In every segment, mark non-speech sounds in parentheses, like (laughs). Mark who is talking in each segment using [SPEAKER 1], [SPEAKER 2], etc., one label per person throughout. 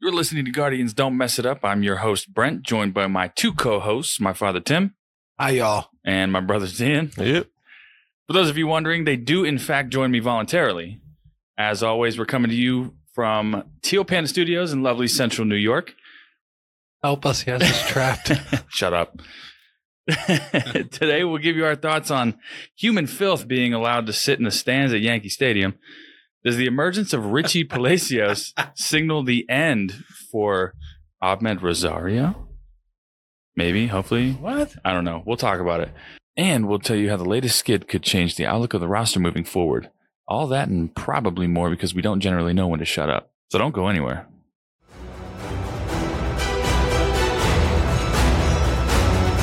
[SPEAKER 1] You're listening to Guardians Don't Mess It Up. I'm your host, Brent, joined by my two co hosts, my father, Tim,
[SPEAKER 2] Hi, y'all.
[SPEAKER 1] and my brother, Dan.
[SPEAKER 3] Yep.
[SPEAKER 1] For those of you wondering, they do, in fact, join me voluntarily. As always, we're coming to you from Teal Panda Studios in lovely central New York.
[SPEAKER 2] Help us. He has us trapped.
[SPEAKER 1] (laughs) Shut up. Today, we'll give you our thoughts on human filth being allowed to sit in the stands at Yankee Stadium. Does the emergence of (laughs) Richie Palacios signal the end for Ahmed Rosario? Maybe, hopefully.
[SPEAKER 3] What?
[SPEAKER 1] I don't know. We'll talk about it. And we'll tell you how the latest skid could change the outlook of the roster moving forward. All that and probably more because we don't generally know when to shut up. So don't go anywhere.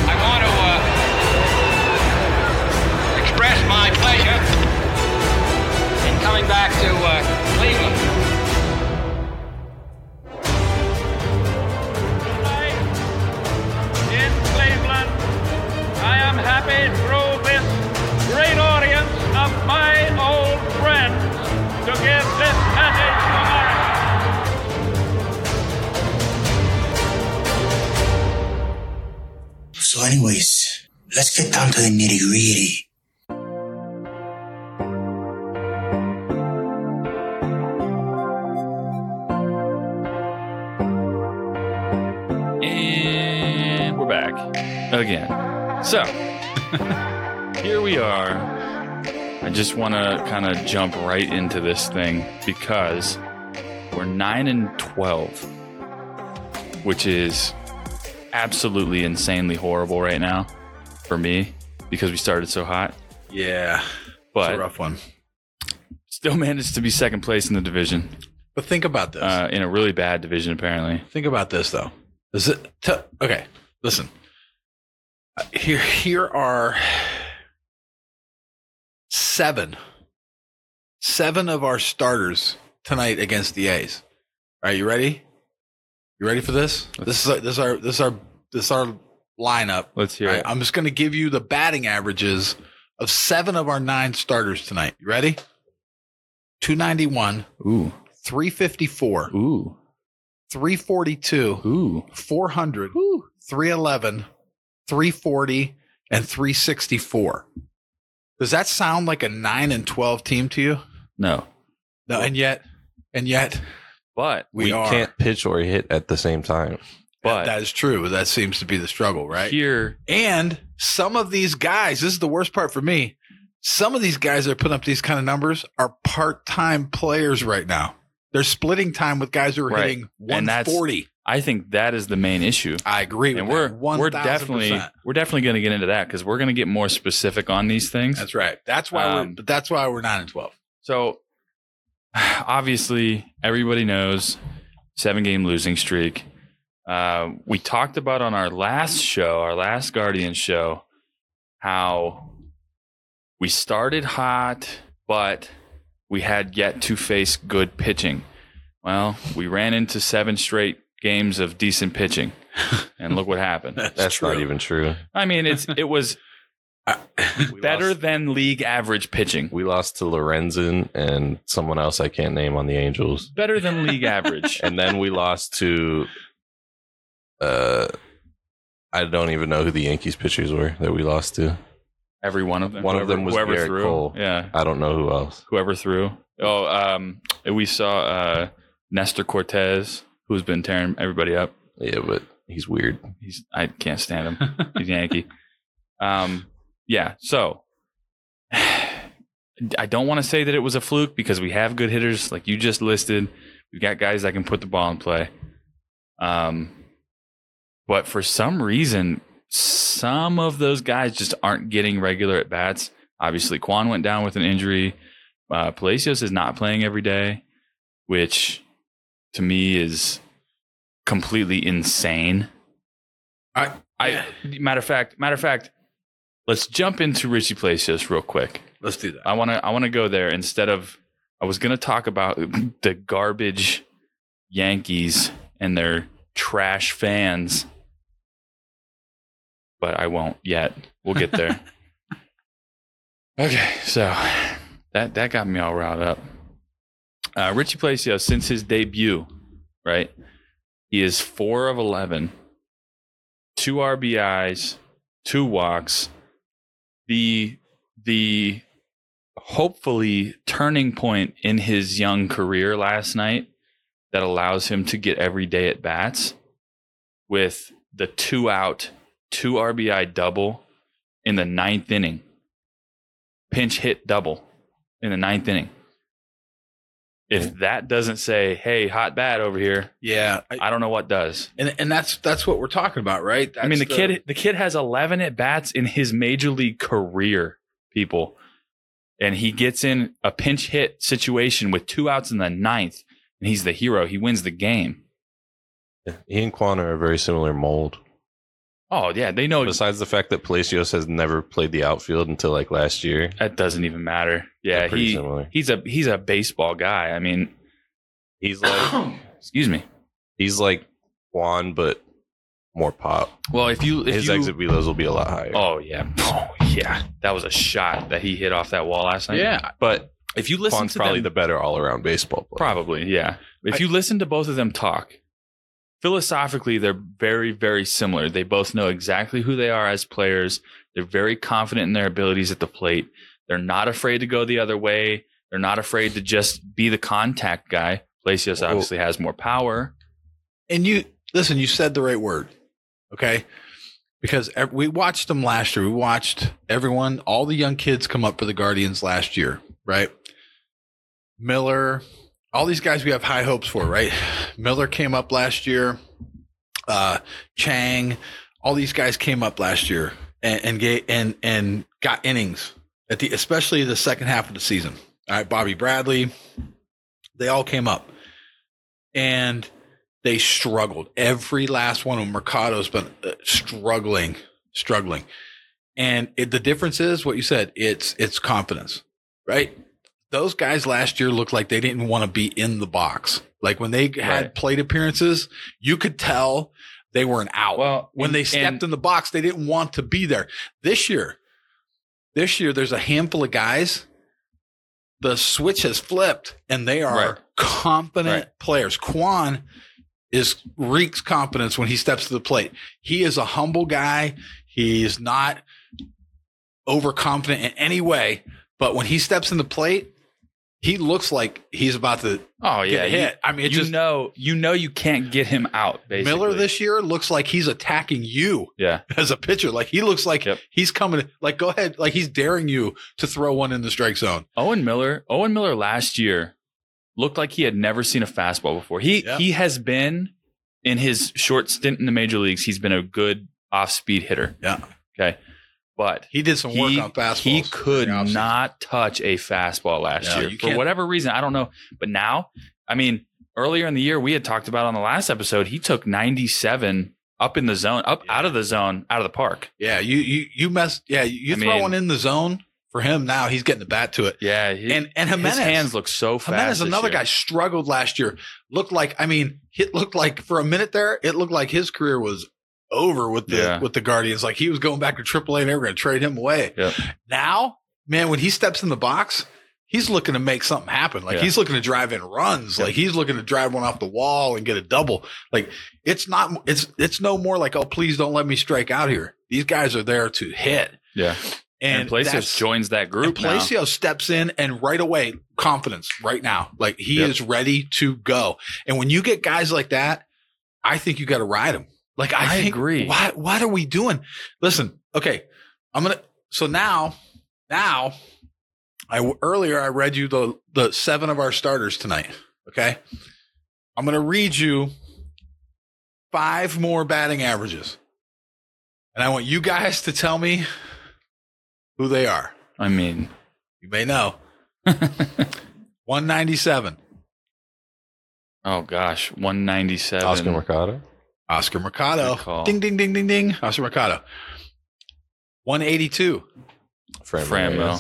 [SPEAKER 4] I want to uh, express my pleasure in coming back to uh, Cleveland. In Cleveland, I am happy through this great audience of my old friends to give this message to America.
[SPEAKER 5] So, anyways, let's get down to the nitty gritty.
[SPEAKER 1] And we're back again. So (laughs) here we are. I just want to kind of jump right into this thing because we're 9 and 12, which is absolutely insanely horrible right now for me because we started so hot,
[SPEAKER 3] (laughs) Yeah. it's a
[SPEAKER 1] but
[SPEAKER 3] rough one.
[SPEAKER 1] still (laughs) managed to be second place in the division,
[SPEAKER 3] But think about this.
[SPEAKER 1] uh, in a really bad division, apparently.
[SPEAKER 3] think about this though. Is it t- okay? Listen. Uh, Here, here are seven, seven of our starters tonight against the A's. Are you ready? You ready for this? This is this is our this is our this is our lineup.
[SPEAKER 1] Let's hear
[SPEAKER 3] All right,
[SPEAKER 1] it.
[SPEAKER 3] I'm just going to give you the batting averages of seven of our nine starters tonight. You ready? 291,
[SPEAKER 1] Ooh,
[SPEAKER 3] 354,
[SPEAKER 1] ooh,
[SPEAKER 3] 342,
[SPEAKER 1] ooh.
[SPEAKER 3] 400, 311, 340, and 364. Does that sound like a 9 and 12 team to you?
[SPEAKER 1] No,
[SPEAKER 3] No, and yet, and yet,
[SPEAKER 1] but,
[SPEAKER 3] we,
[SPEAKER 6] we
[SPEAKER 3] are.
[SPEAKER 6] can't pitch or hit at the same time.
[SPEAKER 1] but
[SPEAKER 3] that is true. That seems to be the struggle, right?
[SPEAKER 1] here,
[SPEAKER 3] And some of these guys, this is the worst part for me. Some of these guys that are putting up these kind of numbers are part time players right now. They're splitting time with guys who are
[SPEAKER 1] Right.
[SPEAKER 3] hitting
[SPEAKER 1] And that's-
[SPEAKER 3] 140.
[SPEAKER 1] I think that is the main issue.
[SPEAKER 3] I agree with
[SPEAKER 1] and we're
[SPEAKER 3] that. 1000%.
[SPEAKER 1] we're definitely we're definitely going to get into that because we're going to get more specific on these things.
[SPEAKER 3] That's right. That's why
[SPEAKER 1] Um,
[SPEAKER 3] we're but that's why we're 9 and 12.
[SPEAKER 1] So (sighs) obviously, everybody knows seven game losing streak. Uh, we talked about on our last show, our last Guardian show, how we started hot, but we had yet to face good pitching. Well, we ran into seven straight games of decent pitching, and look what happened.
[SPEAKER 6] (laughs) That's not even true.
[SPEAKER 1] I mean, it's it was
[SPEAKER 6] (laughs) We
[SPEAKER 1] better
[SPEAKER 6] Lost,
[SPEAKER 1] than league average pitching.
[SPEAKER 6] we lost to Lorenzen and someone else I can't name on the Angels,
[SPEAKER 1] Better than league
[SPEAKER 6] (laughs)
[SPEAKER 1] average.
[SPEAKER 6] and then we lost to. Uh, I don't even know who the Yankees pitchers were that we lost to.
[SPEAKER 1] Every one of them.
[SPEAKER 6] One of them was Garrett
[SPEAKER 1] threw.
[SPEAKER 6] Cole.
[SPEAKER 1] Yeah,
[SPEAKER 6] I don't know who else.
[SPEAKER 1] whoever threw. Oh, um, we saw uh, Nestor Cortez, who's been tearing everybody up.
[SPEAKER 6] Yeah, but he's weird.
[SPEAKER 1] He's I can't stand him. He's Yankee. Um, yeah. So (sighs) I don't want to say that it was a fluke because we have good hitters like you just listed. We've got guys that can put the ball in play. Um, but for some reason, some of those guys just aren't getting regular at bats. Obviously, Quan went down with an injury. Uh, Palacios is not playing every day, which to me is completely insane.
[SPEAKER 3] I-
[SPEAKER 1] I matter of fact, matter of fact, let's jump into Richie Palacios real quick.
[SPEAKER 3] Let's do that.
[SPEAKER 1] I want to I want to go there instead of I was going to talk about the garbage Yankees and their trash fans. But I won't yet. We'll get there. okay, so that that got me all riled up. Uh, Richie Palacios, since his debut, right? He is four of 11, two RBIs, two walks. The, the hopefully turning point in his young career last night that allows him to get every day at bats with the two out, two RBI double in the ninth inning, pinch hit double in the ninth inning. If that doesn't say, hey, hot bat over here,
[SPEAKER 3] Yeah, I,
[SPEAKER 1] I don't know what does.
[SPEAKER 3] and and that's that's what we're talking about, right?
[SPEAKER 1] I mean, the,
[SPEAKER 3] That's
[SPEAKER 1] kid the kid has 11 at bats in his major league career, people, and he gets in a pinch hit situation with two outs in the ninth, and he's the hero. He wins the game.
[SPEAKER 6] Yeah. He and Quan are a very similar mold.
[SPEAKER 1] Oh yeah, they know
[SPEAKER 6] Besides the fact that Palacios has never played the outfield until like last year.
[SPEAKER 1] that doesn't even matter. Yeah,
[SPEAKER 6] They're pretty
[SPEAKER 1] he
[SPEAKER 6] similar.
[SPEAKER 1] he's a he's a baseball guy. I mean,
[SPEAKER 6] He's like
[SPEAKER 1] excuse me.
[SPEAKER 6] he's like Quan, but more pop.
[SPEAKER 1] Well, if you if
[SPEAKER 6] His
[SPEAKER 1] you,
[SPEAKER 6] exit velos will be a lot higher.
[SPEAKER 1] oh yeah, oh yeah, that was a shot that he hit off that wall last
[SPEAKER 3] the-
[SPEAKER 1] night.
[SPEAKER 3] yeah.
[SPEAKER 6] but
[SPEAKER 1] if you listen
[SPEAKER 6] Quan's
[SPEAKER 1] to
[SPEAKER 6] probably
[SPEAKER 1] them,
[SPEAKER 6] the better all around baseball player.
[SPEAKER 1] Probably, yeah. If
[SPEAKER 3] I-
[SPEAKER 1] you listen to both of them talk, philosophically, they're very, very similar. They both know exactly who they are as players. They're very confident in their abilities at the plate. They're not afraid to go the other way. They're not afraid to just be the contact guy. Placius
[SPEAKER 3] Well-
[SPEAKER 1] obviously has more power.
[SPEAKER 3] And you listen. You said the right word, okay? Because ev- we watched them last year. We watched everyone, all the young kids come up for the Guardians last year, right? Miller, all these guys we have high hopes for, right? Miller came up last year. Uh, Chang, all these guys came up last year and and ga- and, and got innings at the especially the second half of the season. All right, Bobby Bradley, they all came up, and they struggled. Every last one of them, Mercado's been uh, struggling, struggling, and it, the difference is what you said. It's it's confidence, right? Those guys last year looked like they didn't want to be in the box. Like when they had
[SPEAKER 1] Right.
[SPEAKER 3] plate appearances, you could tell they were an out
[SPEAKER 1] Well,
[SPEAKER 3] when they stepped in the box, they didn't want to be there. This year, this year, there's a handful of guys. The switch has flipped, and they are
[SPEAKER 1] Right.
[SPEAKER 3] competent players. Quan is reeks competence when he steps to the plate. He is a humble guy. He's not overconfident in any way, but when he steps in the plate, he looks like he's about to
[SPEAKER 1] oh
[SPEAKER 3] get
[SPEAKER 1] yeah, you,
[SPEAKER 3] hit. I mean, it
[SPEAKER 1] you
[SPEAKER 3] just
[SPEAKER 1] know, you know, you can't get him out. Basically,
[SPEAKER 3] Miller this year looks like he's attacking you (laughs)
[SPEAKER 1] yeah,
[SPEAKER 3] as a pitcher. Like he looks like
[SPEAKER 1] Yep.
[SPEAKER 3] he's coming. Like go ahead. Like he's daring you to throw one in the strike zone.
[SPEAKER 1] Owen Miller, Owen Miller last year looked like he had never seen a fastball before. He
[SPEAKER 3] Yeah.
[SPEAKER 1] he has been in his short stint in the major leagues, he's been a good off-speed hitter.
[SPEAKER 3] Yeah.
[SPEAKER 1] Okay. But
[SPEAKER 3] He did some work
[SPEAKER 1] he,
[SPEAKER 3] on fastballs.
[SPEAKER 1] he could
[SPEAKER 3] Yeah, obviously.
[SPEAKER 1] not touch a fastball last
[SPEAKER 3] No,
[SPEAKER 1] year
[SPEAKER 3] you
[SPEAKER 1] for
[SPEAKER 3] can't.
[SPEAKER 1] whatever reason. I don't know. But now, I mean, earlier in the year we had talked about on the last episode, he took 97 up in the zone, up out of the zone, out of the park.
[SPEAKER 3] Yeah, you you you messed. Yeah, you, you
[SPEAKER 1] I
[SPEAKER 3] throw
[SPEAKER 1] mean-
[SPEAKER 3] one in the zone for him now. He's getting the bat to it.
[SPEAKER 1] Yeah, he,
[SPEAKER 3] And and
[SPEAKER 1] his
[SPEAKER 3] Jimenez,
[SPEAKER 1] hands look so fast.
[SPEAKER 3] Jimenez,
[SPEAKER 1] this
[SPEAKER 3] another
[SPEAKER 1] year.
[SPEAKER 3] guy, struggled last year. Looked like I mean, it looked like for a minute there, it looked like his career was over with the
[SPEAKER 1] Yeah.
[SPEAKER 3] with the Guardians. Like he was going back to AAA, and they were going to trade him away.
[SPEAKER 1] Yep.
[SPEAKER 3] Now, man, when he steps in the box, he's looking to make something happen. Like
[SPEAKER 1] Yeah.
[SPEAKER 3] he's looking to drive in runs. Like he's looking to drive one off the wall and get a double. Like it's not it's it's no more like oh please don't let me strike out here. These guys are there to hit.
[SPEAKER 1] Yeah. And,
[SPEAKER 3] that's-
[SPEAKER 1] Placius joins that group
[SPEAKER 3] and
[SPEAKER 1] now.
[SPEAKER 3] Palacio steps in and right away, confidence right now. Like he
[SPEAKER 1] Yep.
[SPEAKER 3] is ready to go. And when you get guys like that, I think you got to ride them. Like I,
[SPEAKER 1] I
[SPEAKER 3] think,
[SPEAKER 1] agree.
[SPEAKER 3] What what are we doing? Listen, okay, I'm gonna. So now, now, I earlier I read you the the seven of our starters tonight. Okay, I'm gonna read you five more batting averages, and I want you guys to tell me who they are.
[SPEAKER 1] I mean,
[SPEAKER 3] You may
[SPEAKER 1] (laughs)
[SPEAKER 3] know. 197,
[SPEAKER 1] oh gosh, 197.
[SPEAKER 6] Oscar Mercado.
[SPEAKER 3] Oscar
[SPEAKER 1] Good
[SPEAKER 3] Mercado.
[SPEAKER 1] call.
[SPEAKER 3] Ding, ding, ding, ding, ding. Oscar Mercado. 182,
[SPEAKER 6] Fran
[SPEAKER 1] Fran
[SPEAKER 6] Reyes.
[SPEAKER 1] Mil.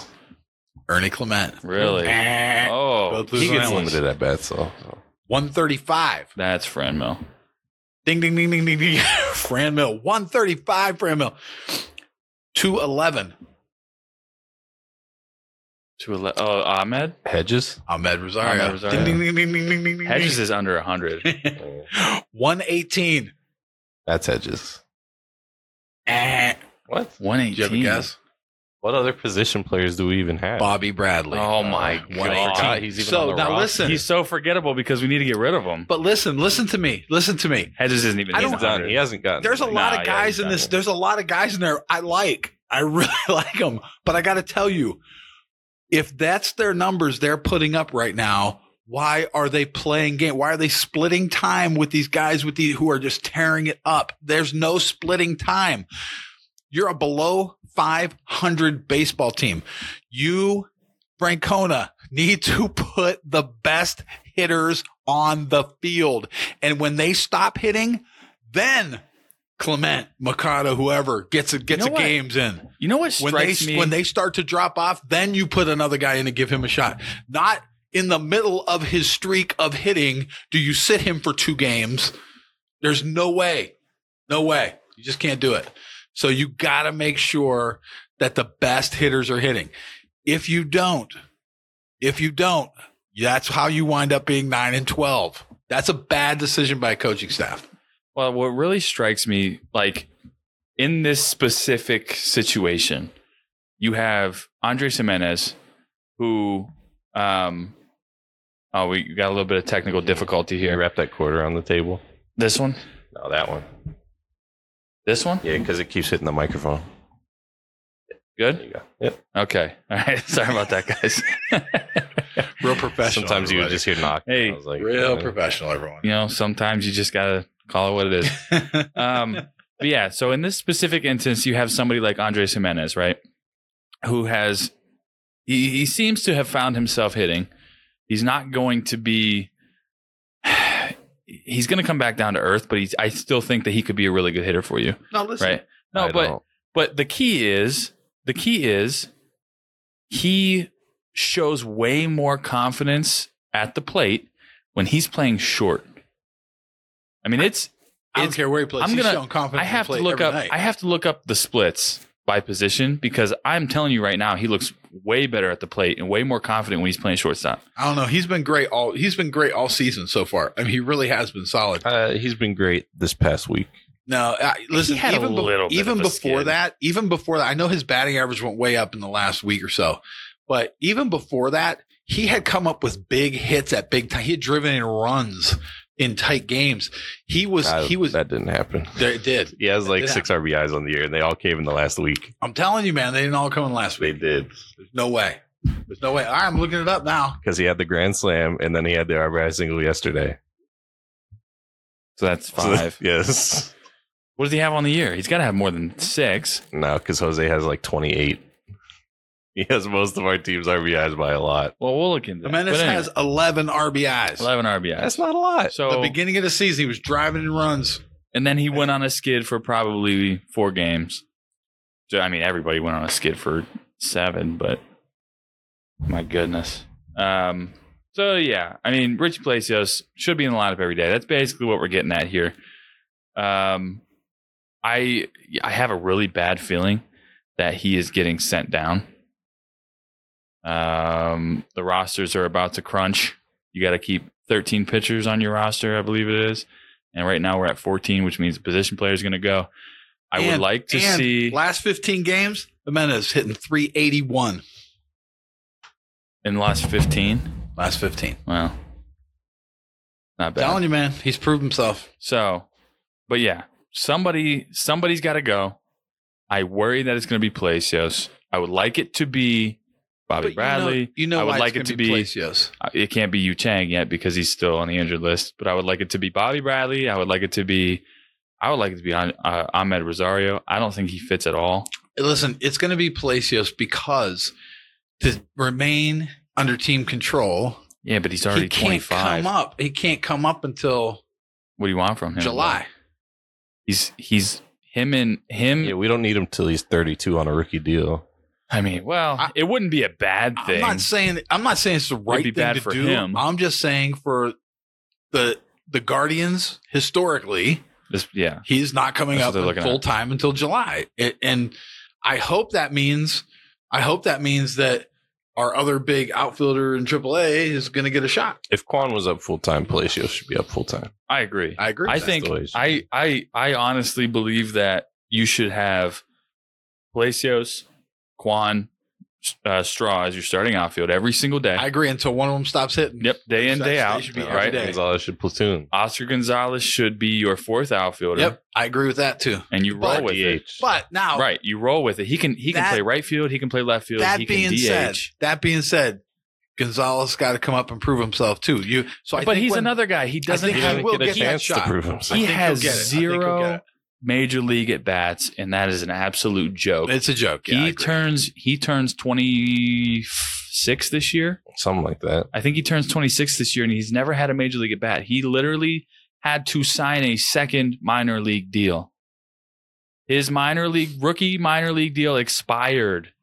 [SPEAKER 3] Ernie Clement.
[SPEAKER 1] Really?
[SPEAKER 3] (laughs) Eh.
[SPEAKER 1] Oh,
[SPEAKER 3] Both
[SPEAKER 6] He
[SPEAKER 3] losing
[SPEAKER 6] gets
[SPEAKER 3] that one.
[SPEAKER 6] limited at bats though. so.
[SPEAKER 3] 135,
[SPEAKER 1] that's Fran Mill.
[SPEAKER 3] ding, ding, ding, ding, ding, ding. (laughs) Fran Mill. 135, Fran Mill. 211,
[SPEAKER 1] To ele- oh, Ahmed?
[SPEAKER 3] Mm-hmm.
[SPEAKER 6] Hedges.
[SPEAKER 3] Ahmed Rosario.
[SPEAKER 1] Ahmed Rosario.
[SPEAKER 3] Ding, ding, ding, ding, ding, ding, ding, ding. (laughs)
[SPEAKER 1] Hedges is under 100.
[SPEAKER 6] Yeah.
[SPEAKER 3] 136, 118.
[SPEAKER 6] That's Hedges.
[SPEAKER 3] Eh.
[SPEAKER 6] What?
[SPEAKER 1] One
[SPEAKER 3] Do you have a
[SPEAKER 1] eighteen.
[SPEAKER 3] guess?
[SPEAKER 6] What other position players do we even have?
[SPEAKER 3] Bobby Bradley. Uh,
[SPEAKER 1] Oh my
[SPEAKER 6] God,
[SPEAKER 1] god,
[SPEAKER 6] he's even
[SPEAKER 3] so
[SPEAKER 6] on the
[SPEAKER 3] now
[SPEAKER 6] roster.
[SPEAKER 3] listen,
[SPEAKER 1] he's so forgettable because we need to get rid of him.
[SPEAKER 3] but listen, listen to me. Listen to me.
[SPEAKER 1] Hedges isn't even.
[SPEAKER 3] I
[SPEAKER 1] in
[SPEAKER 3] don't-
[SPEAKER 1] the
[SPEAKER 6] He's done. He
[SPEAKER 1] 100.
[SPEAKER 6] hasn't gotten.
[SPEAKER 3] There's a lot
[SPEAKER 1] Nah,
[SPEAKER 3] of
[SPEAKER 1] yeah,
[SPEAKER 3] guys in
[SPEAKER 1] exactly.
[SPEAKER 3] this. There's a lot of guys in there I like. I (laughs) really like them. But I got to tell you, if that's their numbers they're putting up right now, why are they playing game? Why are they splitting time with these guys with the who are just tearing it up? There's no splitting time. You're a below 500 baseball team. You, Francona, need to (laughs) put the best hitters on the field. And when they stop hitting, then Clement, Mikado, whoever gets it, gets
[SPEAKER 1] know
[SPEAKER 3] the
[SPEAKER 1] what?
[SPEAKER 3] games in.
[SPEAKER 1] You know what
[SPEAKER 3] When they
[SPEAKER 1] strikes me?
[SPEAKER 3] when they start to drop off, then you put another guy in to give him a shot. Not in the middle of his streak of hitting, do you sit him for two games? There's no way. No way. You just can't do it. So you got to make sure that the best hitters are hitting. If you don't, if you don't, that's how you wind up being 9 and 12. That's a bad decision by a coaching staff.
[SPEAKER 1] Well, what really strikes me, like in this specific situation, you have Andres Jimenez, who, um, oh, we got a little bit of technical difficulty
[SPEAKER 6] Can you
[SPEAKER 1] here.
[SPEAKER 6] wrap that quarter on the table?
[SPEAKER 1] This one,
[SPEAKER 6] No, that one.
[SPEAKER 1] this one,
[SPEAKER 6] Yeah, because it keeps hitting the microphone. There
[SPEAKER 1] good.
[SPEAKER 6] you go. Yep.
[SPEAKER 1] Okay, (laughs) all right. Sorry about that, guys. (laughs)
[SPEAKER 3] Real professional.
[SPEAKER 6] Sometimes you would
[SPEAKER 3] everybody.
[SPEAKER 6] just hear knock.
[SPEAKER 1] Hey.
[SPEAKER 6] I was like,
[SPEAKER 3] real
[SPEAKER 6] uh,
[SPEAKER 3] professional, everyone.
[SPEAKER 1] you know, sometimes you just gotta call it what it is. um, but yeah, so in this specific instance, you have somebody like Andres Jimenez, right? Who has he, he seems to have found himself hitting. He's not going to be (sighs) he's gonna come back down to earth, but he's I still think that he could be a really good hitter for you.
[SPEAKER 3] No, listen.
[SPEAKER 1] Right. No,
[SPEAKER 6] I
[SPEAKER 1] but
[SPEAKER 6] don't-
[SPEAKER 1] but the key is the key is he shows way more confidence at the plate when he's playing short. I mean, it's
[SPEAKER 3] I don't
[SPEAKER 1] It's-
[SPEAKER 3] care where he plays.
[SPEAKER 1] I'm
[SPEAKER 3] He's
[SPEAKER 1] gonna-
[SPEAKER 3] showing confidence.
[SPEAKER 1] I have
[SPEAKER 3] on the
[SPEAKER 1] to
[SPEAKER 3] plate
[SPEAKER 1] look
[SPEAKER 3] every
[SPEAKER 1] up.
[SPEAKER 3] night.
[SPEAKER 1] I have to look up the splits by position because I'm telling you right now, he looks way better at the plate and way more confident when he's playing shortstop.
[SPEAKER 3] I don't know. He's been great all. He's been great all season so far. I mean, he really has been solid.
[SPEAKER 6] uh, he's been great this past week.
[SPEAKER 3] No, I, listen.
[SPEAKER 1] had a
[SPEAKER 3] even be-
[SPEAKER 1] little bit
[SPEAKER 3] even
[SPEAKER 1] of a
[SPEAKER 3] before
[SPEAKER 1] skid.
[SPEAKER 3] that, even before that, I know his batting average went way up in the last week or so, but even before that, he had come up with big hits at big time. He had driven in runs in tight games. He was.
[SPEAKER 6] I-
[SPEAKER 3] he was.
[SPEAKER 6] that didn't happen.
[SPEAKER 3] there, it did.
[SPEAKER 6] He has like
[SPEAKER 3] Yeah.
[SPEAKER 6] six RBIs on the year, and they all came in the last week.
[SPEAKER 3] I'm telling you, man. They didn't all come in last
[SPEAKER 6] They
[SPEAKER 3] week.
[SPEAKER 6] did
[SPEAKER 3] There's no way. There's no way. All right, I'm looking it up now.
[SPEAKER 6] because he had the grand slam, and then he had the RBI single yesterday. (laughs)
[SPEAKER 1] So that's
[SPEAKER 6] So-
[SPEAKER 1] five.
[SPEAKER 6] yes.
[SPEAKER 1] what does he have on the year? He's got to have more than six.
[SPEAKER 6] No, because Jose has like twenty eight. He has most of our team's RBIs by a lot.
[SPEAKER 1] Well, we'll look into that.
[SPEAKER 3] Jimenez
[SPEAKER 1] But anyway,
[SPEAKER 3] has 11 RBIs.
[SPEAKER 1] eleven RBIs.
[SPEAKER 6] That's not a lot.
[SPEAKER 1] So
[SPEAKER 3] the beginning of the season, he was driving in runs.
[SPEAKER 1] And then he went on a skid for probably four games. So, I mean, everybody went on a skid for seven, but my goodness. Um, so, yeah, I mean, Rich Palacios should be in the lineup every day. That's basically what we're getting at here. Um, I I have a really bad feeling that he is getting sent down. Um, the rosters are about to crunch. You got to keep 13 pitchers on your roster, I believe it is. And right now we're at 14, which means the position player is going to go. I would
[SPEAKER 3] And-
[SPEAKER 1] like to
[SPEAKER 3] and
[SPEAKER 1] see
[SPEAKER 3] last 15 games, Jimenez hitting 381.
[SPEAKER 1] in the last 15.
[SPEAKER 3] Last 15.
[SPEAKER 1] Well, not bad.
[SPEAKER 3] Telling you, man, he's proved himself.
[SPEAKER 1] So, but yeah, somebody somebody's got to go. I worry that it's going to be Palacios. I would like it to be Bobby
[SPEAKER 3] But
[SPEAKER 1] Bradley.
[SPEAKER 3] you know, you know
[SPEAKER 1] I would
[SPEAKER 3] why
[SPEAKER 1] like
[SPEAKER 3] it's
[SPEAKER 1] it to
[SPEAKER 3] gonna be
[SPEAKER 1] be-
[SPEAKER 3] Palacios.
[SPEAKER 1] Uh, It can't be Yu Chang yet because he's still on the injured list. But I would like it to be Bobby Bradley. I would like it to be. I would like it to be on, uh, Ahmed Rosario. I don't think he fits at all.
[SPEAKER 3] Listen, it's going to be Palacios because to remain under team control,
[SPEAKER 1] Yeah, but he's
[SPEAKER 3] he
[SPEAKER 1] already
[SPEAKER 3] can't
[SPEAKER 1] 25.
[SPEAKER 3] come up. He can't come up until
[SPEAKER 1] What do you want from him?
[SPEAKER 3] July.
[SPEAKER 1] He's he's him and him.
[SPEAKER 6] yeah, we don't need him till he's thirty two on a rookie deal.
[SPEAKER 1] I mean, well,
[SPEAKER 3] I-
[SPEAKER 1] it wouldn't be a bad
[SPEAKER 3] I'm
[SPEAKER 1] thing.
[SPEAKER 3] not saying I'm not saying it's the right
[SPEAKER 1] be
[SPEAKER 3] thing
[SPEAKER 1] bad
[SPEAKER 3] to
[SPEAKER 1] for
[SPEAKER 3] do.
[SPEAKER 1] him.
[SPEAKER 3] I'm just saying for the the Guardians historically,
[SPEAKER 1] This- yeah,
[SPEAKER 3] he's not coming
[SPEAKER 1] That's what they're
[SPEAKER 3] up
[SPEAKER 1] looking
[SPEAKER 3] full
[SPEAKER 1] at.
[SPEAKER 3] time until July. It, and I hope that means I hope that means that our other big outfielder in AAA is going to get a shot.
[SPEAKER 6] If Quan was up full time, Palacios should be up full time.
[SPEAKER 1] I agree.
[SPEAKER 3] I agree.
[SPEAKER 1] I
[SPEAKER 3] with that.
[SPEAKER 1] think
[SPEAKER 6] the way it should
[SPEAKER 1] I I I honestly believe that you should have Palacios, Quan, uh, Straw as your starting outfield every single day.
[SPEAKER 3] I agree until one of them stops hitting.
[SPEAKER 1] yep, day in
[SPEAKER 3] They
[SPEAKER 1] day out.
[SPEAKER 3] should be every
[SPEAKER 1] right,
[SPEAKER 3] day.
[SPEAKER 6] Gonzalez should platoon.
[SPEAKER 1] Oscar Gonzalez should be your fourth outfielder.
[SPEAKER 3] Yep, I agree with that too.
[SPEAKER 1] and you roll
[SPEAKER 3] But-
[SPEAKER 1] with it.
[SPEAKER 3] But now,
[SPEAKER 1] Right, you roll with it. He can he can
[SPEAKER 3] That-
[SPEAKER 1] play right field. He can play left field.
[SPEAKER 3] that
[SPEAKER 1] he can
[SPEAKER 3] being
[SPEAKER 1] DH.
[SPEAKER 3] said, that being said, Gonzalez got to come up and prove himself too. You so I
[SPEAKER 1] but
[SPEAKER 3] think
[SPEAKER 1] he's
[SPEAKER 3] when-
[SPEAKER 1] another guy. He
[SPEAKER 3] I
[SPEAKER 1] doesn't
[SPEAKER 3] think
[SPEAKER 1] have
[SPEAKER 3] he will
[SPEAKER 6] get
[SPEAKER 3] get
[SPEAKER 6] a
[SPEAKER 3] that
[SPEAKER 6] chance to
[SPEAKER 3] shot.
[SPEAKER 6] prove himself.
[SPEAKER 1] He
[SPEAKER 3] I think
[SPEAKER 1] has
[SPEAKER 3] he'll get it. I think he'll
[SPEAKER 1] zero
[SPEAKER 3] get
[SPEAKER 1] major league at bats, and that is an absolute joke.
[SPEAKER 3] it. It's a joke. Yeah, I
[SPEAKER 1] he
[SPEAKER 3] agree.
[SPEAKER 1] turns he turns twenty six this year.
[SPEAKER 6] Something like that.
[SPEAKER 1] I think he turns twenty six this year, and he's never had a major league at bat. He literally had to sign a second minor league deal. His minor league rookie minor league deal expired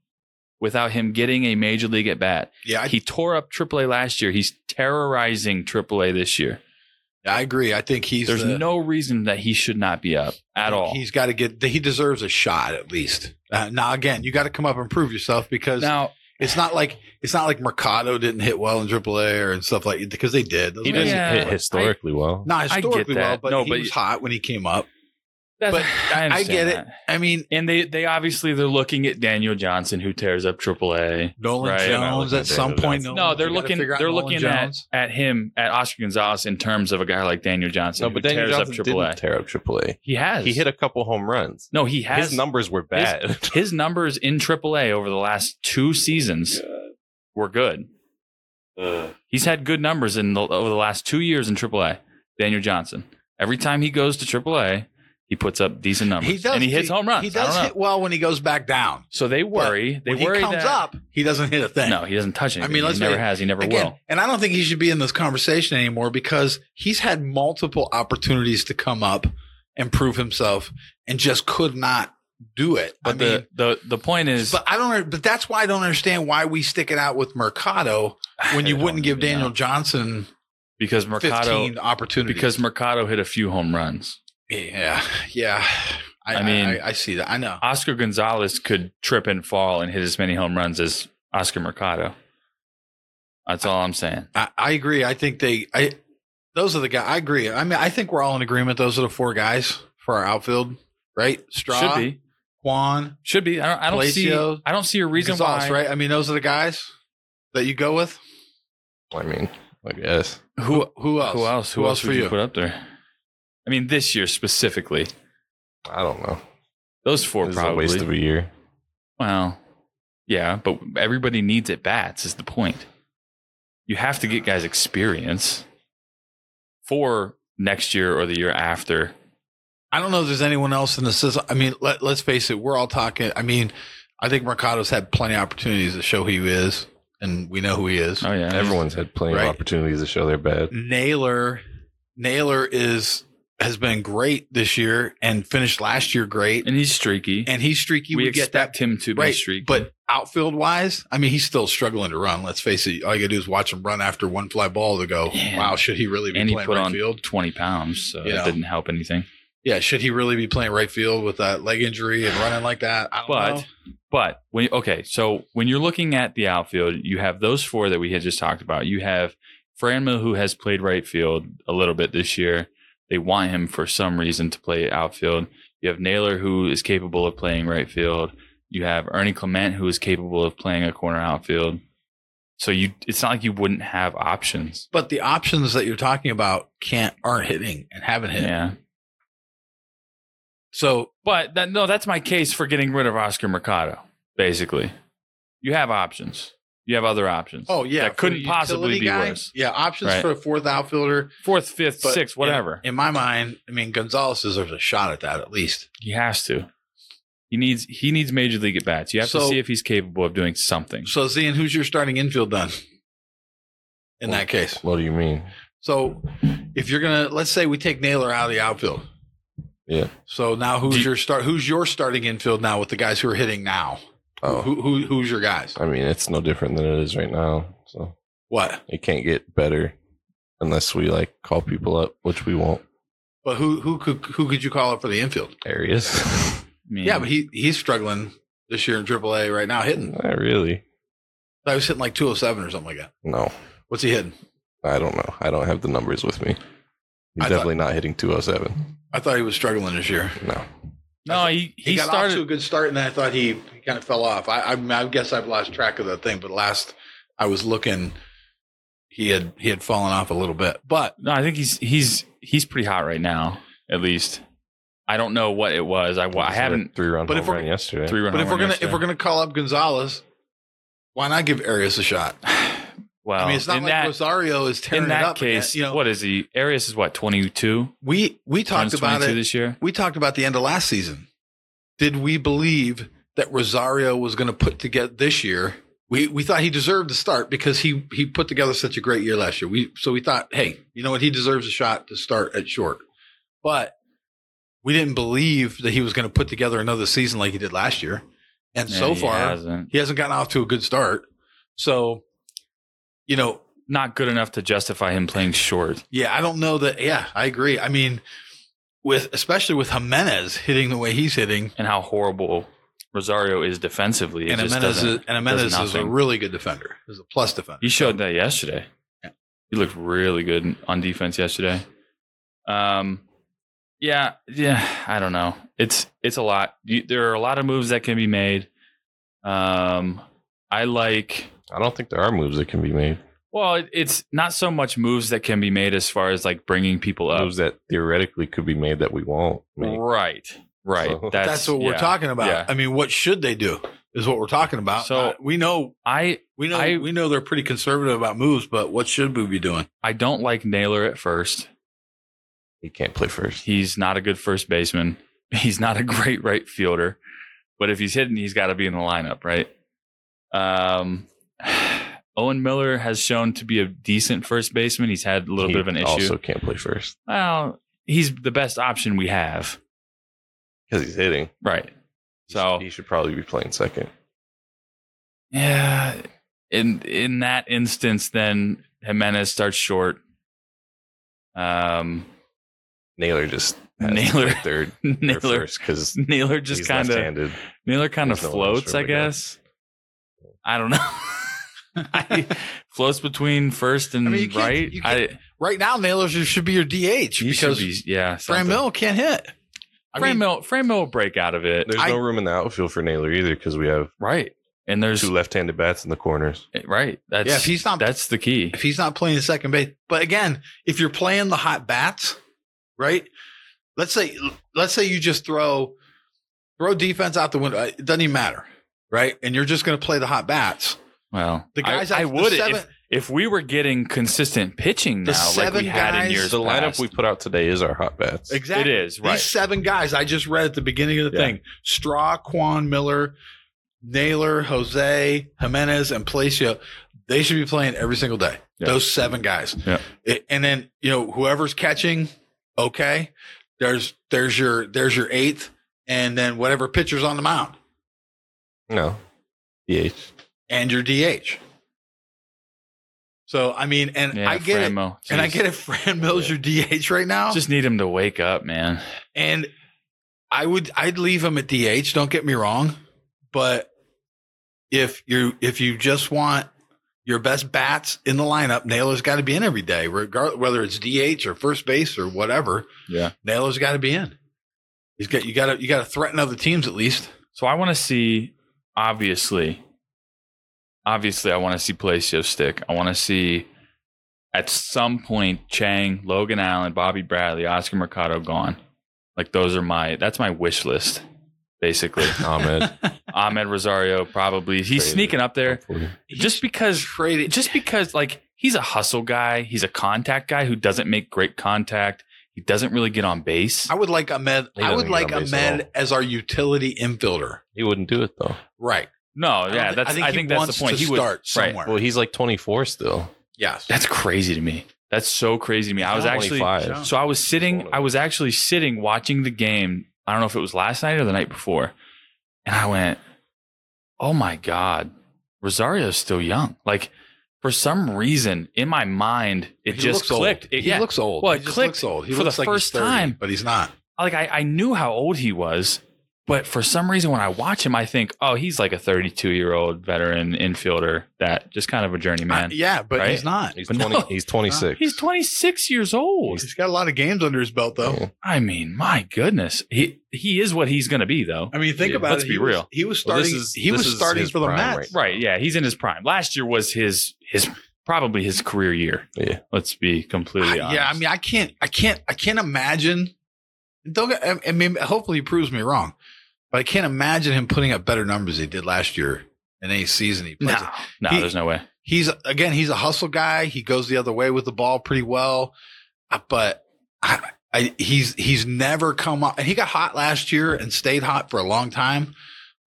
[SPEAKER 1] without him getting a major league at bat.
[SPEAKER 3] yeah, I,
[SPEAKER 1] He tore up AAA last year. He's terrorizing AAA this year.
[SPEAKER 3] I agree. I think he's
[SPEAKER 1] There's
[SPEAKER 3] the-
[SPEAKER 1] no reason that he should not be up at all.
[SPEAKER 3] He's got to get. He deserves a shot at least. Uh, now again, you got to come up and prove yourself because
[SPEAKER 1] Now,
[SPEAKER 3] it's not like it's not like Mercado didn't hit well in AAA or and stuff like because they did. Those
[SPEAKER 6] He
[SPEAKER 3] guys-
[SPEAKER 6] doesn't
[SPEAKER 1] Yeah,
[SPEAKER 6] hit historically well.
[SPEAKER 3] not
[SPEAKER 1] get
[SPEAKER 3] historically well,
[SPEAKER 1] that.
[SPEAKER 3] but
[SPEAKER 1] No,
[SPEAKER 3] he
[SPEAKER 1] but-
[SPEAKER 3] was hot when he came up.
[SPEAKER 1] that's-
[SPEAKER 3] but I
[SPEAKER 1] understand
[SPEAKER 3] get it.
[SPEAKER 1] that.
[SPEAKER 3] I mean,
[SPEAKER 1] And they, they obviously they're looking at Daniel Johnson who tears up AAA.
[SPEAKER 3] Nolan
[SPEAKER 1] Right. I'm not
[SPEAKER 3] Jones
[SPEAKER 6] looking
[SPEAKER 3] at
[SPEAKER 6] at
[SPEAKER 3] some
[SPEAKER 6] Daniel
[SPEAKER 3] point.
[SPEAKER 6] Johnson.
[SPEAKER 1] No, they're
[SPEAKER 3] you gotta
[SPEAKER 1] looking
[SPEAKER 3] figure out
[SPEAKER 1] they're
[SPEAKER 3] Nolan
[SPEAKER 1] looking
[SPEAKER 3] Jones.
[SPEAKER 1] at at him at Oscar Gonzalez in terms of a guy like Daniel Johnson.
[SPEAKER 6] No,
[SPEAKER 1] who
[SPEAKER 6] but Daniel
[SPEAKER 1] tears
[SPEAKER 6] Johnson
[SPEAKER 1] up
[SPEAKER 6] didn't
[SPEAKER 1] AAA.
[SPEAKER 6] tear up AAA.
[SPEAKER 1] he has.
[SPEAKER 6] He hit a couple home runs.
[SPEAKER 1] no, he has
[SPEAKER 6] His numbers were bad. (laughs)
[SPEAKER 1] (laughs) his numbers in AAA over the last two seasons
[SPEAKER 6] Oh
[SPEAKER 1] were good. He's had good numbers in the, over the last two years in AAA. Daniel Johnson. Every time he goes to AAA, he puts up decent numbers.
[SPEAKER 3] He does,
[SPEAKER 1] and he hits home runs.
[SPEAKER 3] He
[SPEAKER 1] I
[SPEAKER 3] does
[SPEAKER 1] don't know.
[SPEAKER 3] hit well when he goes back down.
[SPEAKER 1] So they worry. They
[SPEAKER 3] when
[SPEAKER 1] worry
[SPEAKER 3] he comes
[SPEAKER 1] that
[SPEAKER 3] up, he doesn't hit a thing.
[SPEAKER 1] no, he doesn't touch
[SPEAKER 3] I
[SPEAKER 1] anything.
[SPEAKER 3] mean,
[SPEAKER 1] he
[SPEAKER 3] let's
[SPEAKER 1] never
[SPEAKER 3] be-
[SPEAKER 1] has. He never
[SPEAKER 3] Again,
[SPEAKER 1] will.
[SPEAKER 3] and I don't think he should be in this conversation anymore because he's had multiple opportunities to come up and prove himself and just could not do it.
[SPEAKER 1] But
[SPEAKER 3] I
[SPEAKER 1] the,
[SPEAKER 3] mean,
[SPEAKER 1] the the point is,
[SPEAKER 3] but I don't. But that's why I don't understand why we stick it out with
[SPEAKER 1] (sighs)
[SPEAKER 3] Mercado when
[SPEAKER 1] I
[SPEAKER 3] you
[SPEAKER 1] don't
[SPEAKER 3] wouldn't give
[SPEAKER 1] even
[SPEAKER 3] Daniel
[SPEAKER 1] know.
[SPEAKER 3] Johnson
[SPEAKER 1] because Mercado
[SPEAKER 3] fifteen opportunities.
[SPEAKER 1] because Mercado hit a few home runs.
[SPEAKER 3] yeah, yeah. I,
[SPEAKER 1] I mean-
[SPEAKER 3] mean, I, I see that. I know.
[SPEAKER 1] Oscar Gonzalez could trip and fall and hit as many home runs as Oscar Mercado. That's all I'm saying.
[SPEAKER 3] I, I agree. I think they. I those are the guys. I agree. I mean, I think we're all in agreement. Those are the four guys for our outfield, right? Straw,
[SPEAKER 1] Should be.
[SPEAKER 3] Quan,
[SPEAKER 1] Should be. I don't, I don't see.
[SPEAKER 3] Palacio,
[SPEAKER 1] I don't see a reason
[SPEAKER 3] Gonzalez,
[SPEAKER 1] why.
[SPEAKER 3] right? I mean, those are the guys that you go with.
[SPEAKER 6] I mean, I guess.
[SPEAKER 3] Who who else?
[SPEAKER 1] Who else? Who, else, would you put up there? I mean, this year specifically,
[SPEAKER 6] I don't know.
[SPEAKER 1] those four
[SPEAKER 6] This is a
[SPEAKER 1] probably.
[SPEAKER 6] waste of a year.
[SPEAKER 1] Well, yeah, but everybody needs at bats is the point. You have to get guys experience for next year or the year after.
[SPEAKER 3] I don't know if there's anyone else in the system. I mean, let, let's face it, we're all talking. I mean, I think Mercado's had plenty of opportunities to show who he is, and we know who he is.
[SPEAKER 1] Oh yeah,
[SPEAKER 6] Everyone's had plenty
[SPEAKER 3] Right.
[SPEAKER 6] of opportunities to show their bad.
[SPEAKER 3] Naylor, Naylor is has been great this year and finished last year great,
[SPEAKER 1] and he's streaky.
[SPEAKER 3] and he's streaky.
[SPEAKER 1] we
[SPEAKER 3] would get that
[SPEAKER 1] expect him to be
[SPEAKER 3] right,
[SPEAKER 1] streaky.
[SPEAKER 3] but outfield wise, I mean, he's still struggling to run. Let's face it, all you gotta do is watch him run after one fly ball to go,
[SPEAKER 1] Yeah.
[SPEAKER 3] wow, should he really be
[SPEAKER 1] and he
[SPEAKER 3] playing
[SPEAKER 1] put
[SPEAKER 3] right
[SPEAKER 1] on
[SPEAKER 3] field?
[SPEAKER 1] twenty pounds, so
[SPEAKER 3] You
[SPEAKER 1] it
[SPEAKER 3] know.
[SPEAKER 1] didn't help anything.
[SPEAKER 3] Yeah, should he really be playing right field with that leg injury and running like that? I don't
[SPEAKER 1] But
[SPEAKER 3] know.
[SPEAKER 1] but when okay, so when you're looking at the outfield, you have those four that we had just talked about. You have Franmil, who has played right field a little bit this year. They want him for some reason to play outfield. You have Naylor, who is capable of playing right field. You have Ernie Clement, who is capable of playing a corner outfield. So you, it's not like you wouldn't have options.
[SPEAKER 3] But the options that you're talking about can't aren't hitting and haven't hit.
[SPEAKER 1] Yeah,
[SPEAKER 3] So
[SPEAKER 1] but that, no, that's my case for getting rid of Oscar Mercado. Basically, you have options. You have other options.
[SPEAKER 3] oh yeah,
[SPEAKER 1] that
[SPEAKER 3] for the
[SPEAKER 1] couldn't possibly
[SPEAKER 3] utility
[SPEAKER 1] be
[SPEAKER 3] guy,
[SPEAKER 1] worse.
[SPEAKER 3] Yeah, options
[SPEAKER 1] Right.
[SPEAKER 3] for a fourth outfielder,
[SPEAKER 1] fourth, fifth,
[SPEAKER 3] but
[SPEAKER 1] sixth, whatever.
[SPEAKER 3] In, in my mind, I mean Gonzalez deserves a shot at that at least.
[SPEAKER 1] he has to. He needs he needs major league at bats. You have to
[SPEAKER 3] So-
[SPEAKER 1] see if he's capable of doing something.
[SPEAKER 3] So Zian, who's your starting infield then? In
[SPEAKER 6] Well-
[SPEAKER 3] that case.
[SPEAKER 6] What do you mean?
[SPEAKER 3] So if you're gonna let's say we take Naylor out of the outfield.
[SPEAKER 6] Yeah.
[SPEAKER 3] So now who's
[SPEAKER 1] Do you-
[SPEAKER 3] your start who's your starting infield now with the guys who are hitting now?
[SPEAKER 6] Oh,
[SPEAKER 3] Who, who who's your guys?
[SPEAKER 6] I mean, it's no different than it is right now. So
[SPEAKER 3] What?
[SPEAKER 6] it can't get better unless we like call people up, which we won't.
[SPEAKER 3] But who who could who could you call up for the infield?
[SPEAKER 6] Areas. (laughs)
[SPEAKER 1] I mean,
[SPEAKER 3] Yeah, but he he's struggling this year in AAA right now hitting.
[SPEAKER 6] Not really.
[SPEAKER 3] I was hitting like 207 or something like that.
[SPEAKER 6] No,
[SPEAKER 3] What's he hitting?
[SPEAKER 6] I don't know. I don't have the numbers with me. He's
[SPEAKER 3] I thought-
[SPEAKER 6] definitely not hitting 207.
[SPEAKER 3] I thought he was struggling this year.
[SPEAKER 6] No.
[SPEAKER 1] No, he, he,
[SPEAKER 3] He, got off to a
[SPEAKER 1] started.
[SPEAKER 3] good start, and then I thought he, he kind of fell off. I, I I guess I've lost track of that thing, but last I was looking, he had he had fallen off a little bit. But
[SPEAKER 1] No, I think he's he's he's pretty hot right now. At least I don't know what it was. I, I haven't
[SPEAKER 6] three run
[SPEAKER 3] but
[SPEAKER 6] home
[SPEAKER 3] if we're-
[SPEAKER 6] run yesterday.
[SPEAKER 1] three run.
[SPEAKER 3] but if we're gonna if we're gonna call up Gonzalez, why not give Arias a shot?
[SPEAKER 1] well,
[SPEAKER 3] I mean, it's not
[SPEAKER 1] in
[SPEAKER 3] like
[SPEAKER 1] that
[SPEAKER 3] Rosario is tearing
[SPEAKER 1] in
[SPEAKER 3] it
[SPEAKER 1] that
[SPEAKER 3] up.
[SPEAKER 1] case,
[SPEAKER 3] you know,
[SPEAKER 1] what is he? Arias is what twenty two.
[SPEAKER 3] we we talked about it.
[SPEAKER 1] this year.
[SPEAKER 3] we talked about the end of last season. Did we believe that Rosario was going to put together this year? We we thought he deserved to start because he he put together such a great year last year. We so we thought, hey, you know what? He deserves a shot to start at short. But we didn't believe that he was going to put together another season like he did last year. And
[SPEAKER 1] Yeah,
[SPEAKER 3] so
[SPEAKER 1] he
[SPEAKER 3] far,
[SPEAKER 1] hasn't.
[SPEAKER 3] he hasn't gotten off to a good start. So, you know,
[SPEAKER 1] not good enough to justify him playing short.
[SPEAKER 3] yeah, I don't know that. Yeah, I agree. I mean, with especially with Jimenez hitting the way he's hitting,
[SPEAKER 1] And how horrible Rosario is defensively. It
[SPEAKER 3] and
[SPEAKER 1] just
[SPEAKER 3] Jimenez, is,
[SPEAKER 1] doesn't-
[SPEAKER 3] and Jimenez
[SPEAKER 1] does
[SPEAKER 3] is a
[SPEAKER 1] nothing.
[SPEAKER 3] really good defender. He's a plus defender.
[SPEAKER 1] He showed that yesterday.
[SPEAKER 3] Yeah.
[SPEAKER 1] He looked really good on defense yesterday. Um, yeah, yeah. I don't know. It's it's a lot. You, there are a lot of moves that can be made. Um, I like.
[SPEAKER 6] I don't think there are moves that can be made.
[SPEAKER 1] Well, it, it's not so much moves that can be made as far as like bringing people up.
[SPEAKER 6] Moves that theoretically could be made that we won't make.
[SPEAKER 1] Right, right.
[SPEAKER 6] So-
[SPEAKER 1] That's,
[SPEAKER 3] That's, what we're
[SPEAKER 1] yeah.
[SPEAKER 3] talking about.
[SPEAKER 1] yeah.
[SPEAKER 3] I mean, what should they do is what we're talking about.
[SPEAKER 1] So-
[SPEAKER 3] Uh, we know,
[SPEAKER 1] I
[SPEAKER 3] we know,
[SPEAKER 1] I-
[SPEAKER 3] we know they're pretty conservative about moves, but what should we be doing?
[SPEAKER 1] I don't like Naylor at first.
[SPEAKER 6] He can't play first.
[SPEAKER 1] He's not a good first baseman. (laughs) He's not a great right fielder. But if he's hitting, he's got to be in the lineup, right? Um, (sighs) Owen Miller has shown to be a decent first baseman. He's had a little
[SPEAKER 6] He
[SPEAKER 1] bit of an issue.
[SPEAKER 6] Also can't play first
[SPEAKER 1] well, he's the best option we have,
[SPEAKER 6] because he's hitting.
[SPEAKER 1] right? So
[SPEAKER 6] he should probably be playing second.
[SPEAKER 1] yeah, in in that instance, then Jimenez starts short. Um, (laughs)
[SPEAKER 6] Naylor just has to
[SPEAKER 1] Naylor-
[SPEAKER 6] play third or
[SPEAKER 1] (laughs) Naylor
[SPEAKER 6] first because
[SPEAKER 1] Naylor (laughs) just
[SPEAKER 6] he's
[SPEAKER 1] kind of
[SPEAKER 6] left-handed.
[SPEAKER 1] Naylor kind of
[SPEAKER 6] There's no one else
[SPEAKER 1] floats, I
[SPEAKER 6] really good.
[SPEAKER 1] guess. I don't know. (laughs)
[SPEAKER 3] (laughs)
[SPEAKER 1] I, floats between first and
[SPEAKER 3] I mean, you can't-
[SPEAKER 1] right.
[SPEAKER 3] you
[SPEAKER 1] I
[SPEAKER 3] can't- Right now, Naylor should should be your DH
[SPEAKER 1] he should
[SPEAKER 3] because
[SPEAKER 1] be, yeah.
[SPEAKER 3] Fran
[SPEAKER 1] something.
[SPEAKER 3] Mill can't hit. I
[SPEAKER 1] Fran
[SPEAKER 3] mean,
[SPEAKER 1] Mill. Fran Mill will break out of it.
[SPEAKER 6] There's
[SPEAKER 3] I-
[SPEAKER 6] no room in the outfield for Naylor either because we have
[SPEAKER 1] Right, and there's eh,
[SPEAKER 6] two left-handed bats in the corners.
[SPEAKER 1] right. That's
[SPEAKER 3] yeah, if he's not
[SPEAKER 1] that's the key.
[SPEAKER 3] if he's not playing second base. But again, if you're playing the hot bats, right? Let's say let's say you just throw throw defense out the window. It doesn't even matter, right? And you're just going to play the hot bats.
[SPEAKER 1] Well,
[SPEAKER 3] The guys
[SPEAKER 1] I, I
[SPEAKER 3] out- the
[SPEAKER 1] would
[SPEAKER 3] seven-
[SPEAKER 1] if, if we were getting consistent pitching
[SPEAKER 3] The
[SPEAKER 1] now, like we
[SPEAKER 3] seven
[SPEAKER 1] had in
[SPEAKER 3] guys-
[SPEAKER 1] years.
[SPEAKER 6] The lineup
[SPEAKER 1] past.
[SPEAKER 6] we put out today is our hot bats.
[SPEAKER 3] Exactly.
[SPEAKER 1] It is, right.
[SPEAKER 3] These seven guys I just read at the beginning of the
[SPEAKER 6] Yeah.
[SPEAKER 3] thing: Straw, Quan, Miller, Naylor, Jose, Jimenez, and Placio. They should be playing every single day.
[SPEAKER 1] Yeah.
[SPEAKER 3] Those seven guys.
[SPEAKER 1] Yeah.
[SPEAKER 3] It- and then you know whoever's catching, okay. There's there's your there's your eighth, and then whatever pitcher's on the mound
[SPEAKER 6] No, DH.
[SPEAKER 1] (laughs)
[SPEAKER 3] and your DH. So I mean, and
[SPEAKER 1] yeah,
[SPEAKER 3] I get
[SPEAKER 1] Fran
[SPEAKER 3] it.
[SPEAKER 1] Mill.
[SPEAKER 3] And I
[SPEAKER 1] Jeez.
[SPEAKER 3] get it. Fran Mill's your DH right now.
[SPEAKER 1] Just need him to wake up, man.
[SPEAKER 3] And I would I'd leave him at DH, don't get me wrong, but if you if you just want your best bats in the lineup, Naylor's got to be in every day, regardless whether it's DH or first base or whatever.
[SPEAKER 1] Yeah.
[SPEAKER 3] Naylor's got to be in. He's got you got to you got to threaten other teams at least.
[SPEAKER 1] So I want to see, obviously, obviously, I want to see Palacio stick. I want to see at some point Chang, Logan Allen, Bobby Bradley, Oscar Mercado gone. Like those are my that's my wish list, basically.
[SPEAKER 3] (laughs)
[SPEAKER 6] Ahmed.
[SPEAKER 1] Ahmed Rosario probably he's
[SPEAKER 6] Crazy.
[SPEAKER 1] sneaking up (laughs) there
[SPEAKER 6] hopefully.
[SPEAKER 1] just because
[SPEAKER 3] Traded
[SPEAKER 1] just because like he's a hustle guy, he's a contact guy who doesn't make great contact. He doesn't really get on base.
[SPEAKER 3] I would like Ahmed.
[SPEAKER 6] He
[SPEAKER 3] I
[SPEAKER 6] doesn't
[SPEAKER 3] would
[SPEAKER 6] get
[SPEAKER 3] like
[SPEAKER 6] on base at
[SPEAKER 3] Ahmed as our utility infielder.
[SPEAKER 6] He wouldn't do it though.
[SPEAKER 3] Right.
[SPEAKER 1] No,
[SPEAKER 3] don't
[SPEAKER 1] yeah,
[SPEAKER 3] thi-
[SPEAKER 1] that's I think,
[SPEAKER 3] he
[SPEAKER 1] that's
[SPEAKER 3] wants
[SPEAKER 1] the point.
[SPEAKER 3] To
[SPEAKER 1] he would
[SPEAKER 3] start
[SPEAKER 1] right.
[SPEAKER 3] somewhere.
[SPEAKER 6] Well, he's like 24 still.
[SPEAKER 3] yes.
[SPEAKER 1] That's crazy to me. That's so crazy to me. I was actually
[SPEAKER 6] 25.
[SPEAKER 1] so I was sitting I was actually sitting watching the game. I don't know if it was last night or the night before. And I went, "Oh my god. Rosario's still young." Like for some reason in my mind it
[SPEAKER 3] He
[SPEAKER 1] just
[SPEAKER 3] looks old.
[SPEAKER 1] clicked. It,
[SPEAKER 3] He
[SPEAKER 1] yeah.
[SPEAKER 3] looks old.
[SPEAKER 1] Well,
[SPEAKER 3] he
[SPEAKER 1] it
[SPEAKER 3] just
[SPEAKER 1] clicked
[SPEAKER 3] looks old. He
[SPEAKER 1] for the
[SPEAKER 3] looks like he's
[SPEAKER 1] first
[SPEAKER 3] 30,
[SPEAKER 1] time.
[SPEAKER 3] but he's not.
[SPEAKER 1] Like I I knew how old he was, But for some reason, when I watch him, I think, oh, he's like a 32 year old veteran infielder that just kind of a journeyman.
[SPEAKER 3] yeah, but
[SPEAKER 1] Right?
[SPEAKER 3] he's not.
[SPEAKER 6] He's
[SPEAKER 1] But
[SPEAKER 6] twenty.
[SPEAKER 1] no.
[SPEAKER 6] He's twenty
[SPEAKER 1] (laughs)
[SPEAKER 6] six.
[SPEAKER 1] He's 26 years old.
[SPEAKER 3] He's got a lot of games under his belt, though.
[SPEAKER 1] I mean, my goodness, he he is what he's going to be, though.
[SPEAKER 3] I mean, think
[SPEAKER 1] Yeah,
[SPEAKER 3] about
[SPEAKER 1] let's
[SPEAKER 3] it.
[SPEAKER 1] be
[SPEAKER 3] he was-
[SPEAKER 1] real.
[SPEAKER 3] he was
[SPEAKER 6] Well,
[SPEAKER 3] starting.
[SPEAKER 6] this is-
[SPEAKER 3] he
[SPEAKER 6] this
[SPEAKER 3] was
[SPEAKER 6] is
[SPEAKER 3] starting
[SPEAKER 6] his
[SPEAKER 3] for the
[SPEAKER 6] prime
[SPEAKER 3] Mets.
[SPEAKER 6] right now.
[SPEAKER 1] Right? Yeah, he's in his prime. Last year was his his probably his career year.
[SPEAKER 6] Yeah.
[SPEAKER 1] Let's be completely
[SPEAKER 3] I-
[SPEAKER 1] honest.
[SPEAKER 3] yeah, I mean, I can't, I can't, I can't imagine. Don't. get- I- I mean, hopefully, he proves me wrong, but I can't imagine him putting up better numbers than he did last year in any season he plays.
[SPEAKER 1] no, no,
[SPEAKER 3] he-
[SPEAKER 1] there's no way.
[SPEAKER 3] He's again, he's a hustle guy. He goes the other way with the ball pretty well, Uh, but I, I, he's he's never come up. And he got hot last year and stayed hot for a long time,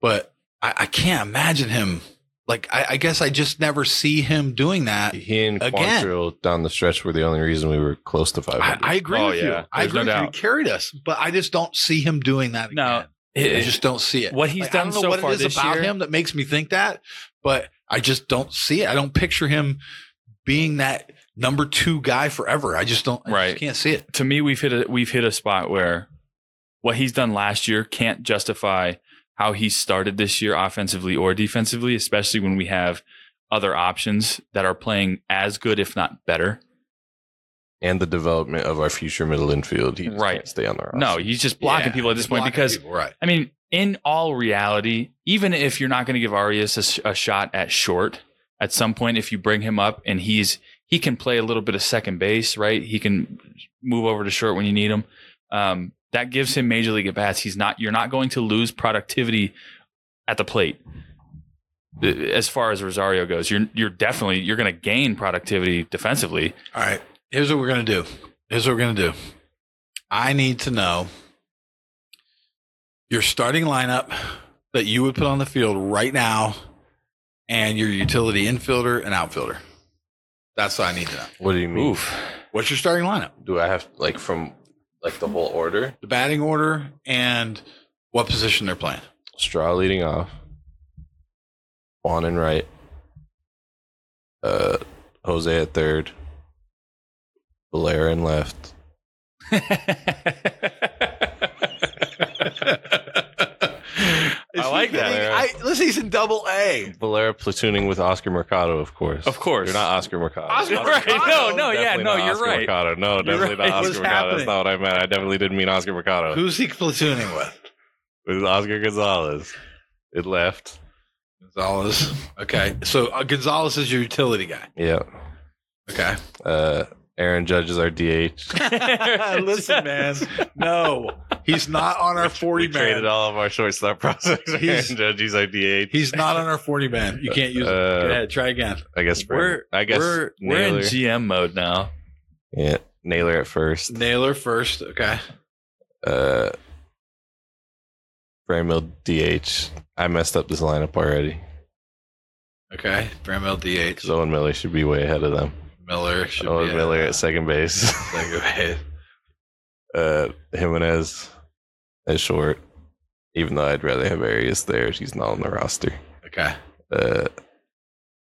[SPEAKER 3] but I, I can't imagine him. Like, I, I guess I just never see him doing that.
[SPEAKER 6] He and
[SPEAKER 3] Again.
[SPEAKER 6] Quantrill down the stretch were the only reason we were close to five
[SPEAKER 3] I,
[SPEAKER 6] hundred.
[SPEAKER 3] I agree
[SPEAKER 1] Oh,
[SPEAKER 3] with you.
[SPEAKER 1] yeah.
[SPEAKER 3] I
[SPEAKER 1] There's
[SPEAKER 3] agree
[SPEAKER 1] no
[SPEAKER 3] with you. He
[SPEAKER 1] doubt.
[SPEAKER 3] carried us, but I just don't see him doing that again.
[SPEAKER 1] No,
[SPEAKER 3] I just don't see it.
[SPEAKER 1] what he's
[SPEAKER 3] Like, I
[SPEAKER 1] done
[SPEAKER 3] don't know
[SPEAKER 1] so
[SPEAKER 3] what
[SPEAKER 1] far
[SPEAKER 3] it is
[SPEAKER 1] this
[SPEAKER 3] about
[SPEAKER 1] year.
[SPEAKER 3] him that makes me think that, but I just don't see it. I don't picture him being that number two guy forever. I just don't. I just
[SPEAKER 1] Right.
[SPEAKER 3] can't see it.
[SPEAKER 1] to me, we've hit a we've hit a spot where what he's done last year can't justify how he started this year offensively or defensively, especially when we have other options that are playing as good, if not better.
[SPEAKER 6] and the development of our future middle infield. He just
[SPEAKER 1] Right.
[SPEAKER 6] can't stay on the roster.
[SPEAKER 1] No, he's just blocking
[SPEAKER 3] Yeah,
[SPEAKER 1] people at this point
[SPEAKER 3] blocking
[SPEAKER 1] because
[SPEAKER 3] people, right.
[SPEAKER 1] I mean, in all reality, even if you're not going to give Arias a, sh- a shot at short, at some point, if you bring him up and he's he can play a little bit of second base, right? He can move over to short when you need him. Um, that gives him major league at bats. He's not you're not going to lose productivity at the plate. Uh, As far as Rosario goes, you're you're definitely you're going to gain productivity (laughs)
[SPEAKER 6] (laughs)
[SPEAKER 1] defensively.
[SPEAKER 3] All right. Here's what we're gonna do. Here's what we're gonna do. I need to know your starting lineup that you would put on the field right now, and your utility infielder and outfielder. That's what I need to know.
[SPEAKER 6] What do you mean?
[SPEAKER 1] Oof.
[SPEAKER 3] What's your starting lineup?
[SPEAKER 6] Do I have like from like the whole order?
[SPEAKER 3] The batting order and what position they're playing.
[SPEAKER 6] Straw leading off. Juan and right. Uh, Jose at third. Valera in left.
[SPEAKER 1] I like that.
[SPEAKER 3] I, listen, he's in double A.
[SPEAKER 6] Valera platooning with Oscar Mercado, of course.
[SPEAKER 1] Of course.
[SPEAKER 6] You're not Oscar Mercado.
[SPEAKER 3] Oscar
[SPEAKER 1] Right. No, no, yeah,
[SPEAKER 6] Definitely
[SPEAKER 1] no,
[SPEAKER 6] not
[SPEAKER 1] you're
[SPEAKER 6] Oscar
[SPEAKER 1] right.
[SPEAKER 6] Mercado. No, definitely
[SPEAKER 1] right.
[SPEAKER 6] not
[SPEAKER 3] What's
[SPEAKER 6] Oscar Mercado. That's
[SPEAKER 3] happening?
[SPEAKER 6] not what I meant. I definitely didn't mean Oscar Mercado.
[SPEAKER 3] Who's he platooning with?
[SPEAKER 6] It was Oscar Gonzalez. It left.
[SPEAKER 3] Gonzalez. Okay. So uh, Gonzalez is your utility guy.
[SPEAKER 6] Yeah.
[SPEAKER 3] Okay.
[SPEAKER 6] Uh, Aaron Judge is our DH.
[SPEAKER 3] Listen, man. No, he's not on our 40
[SPEAKER 6] We traded
[SPEAKER 3] man.
[SPEAKER 6] all of our shortstop prospects. (laughs) for Aaron
[SPEAKER 3] He's-
[SPEAKER 6] Judge, he's our DH.
[SPEAKER 3] He's not on our 40 man. You can't use it. Go
[SPEAKER 6] Uh,
[SPEAKER 3] ahead. Try again.
[SPEAKER 6] I guess for,
[SPEAKER 1] We're-
[SPEAKER 6] I guess
[SPEAKER 1] we're we're in
[SPEAKER 6] Naylor.
[SPEAKER 1] GM mode now.
[SPEAKER 6] yeah, Naylor at first.
[SPEAKER 3] Naylor first. Okay.
[SPEAKER 6] Uh, Bramil DH. I messed up this lineup already
[SPEAKER 3] Okay. Bramel DH.
[SPEAKER 6] because Owen Miller should be way ahead of them.
[SPEAKER 3] Miller should
[SPEAKER 6] Owen
[SPEAKER 3] be
[SPEAKER 6] Miller at second base. (laughs)
[SPEAKER 3] second.
[SPEAKER 6] uh, Jimenez at short. Even though I'd rather have Arias there, he's not on the roster.
[SPEAKER 3] Okay.
[SPEAKER 6] Uh,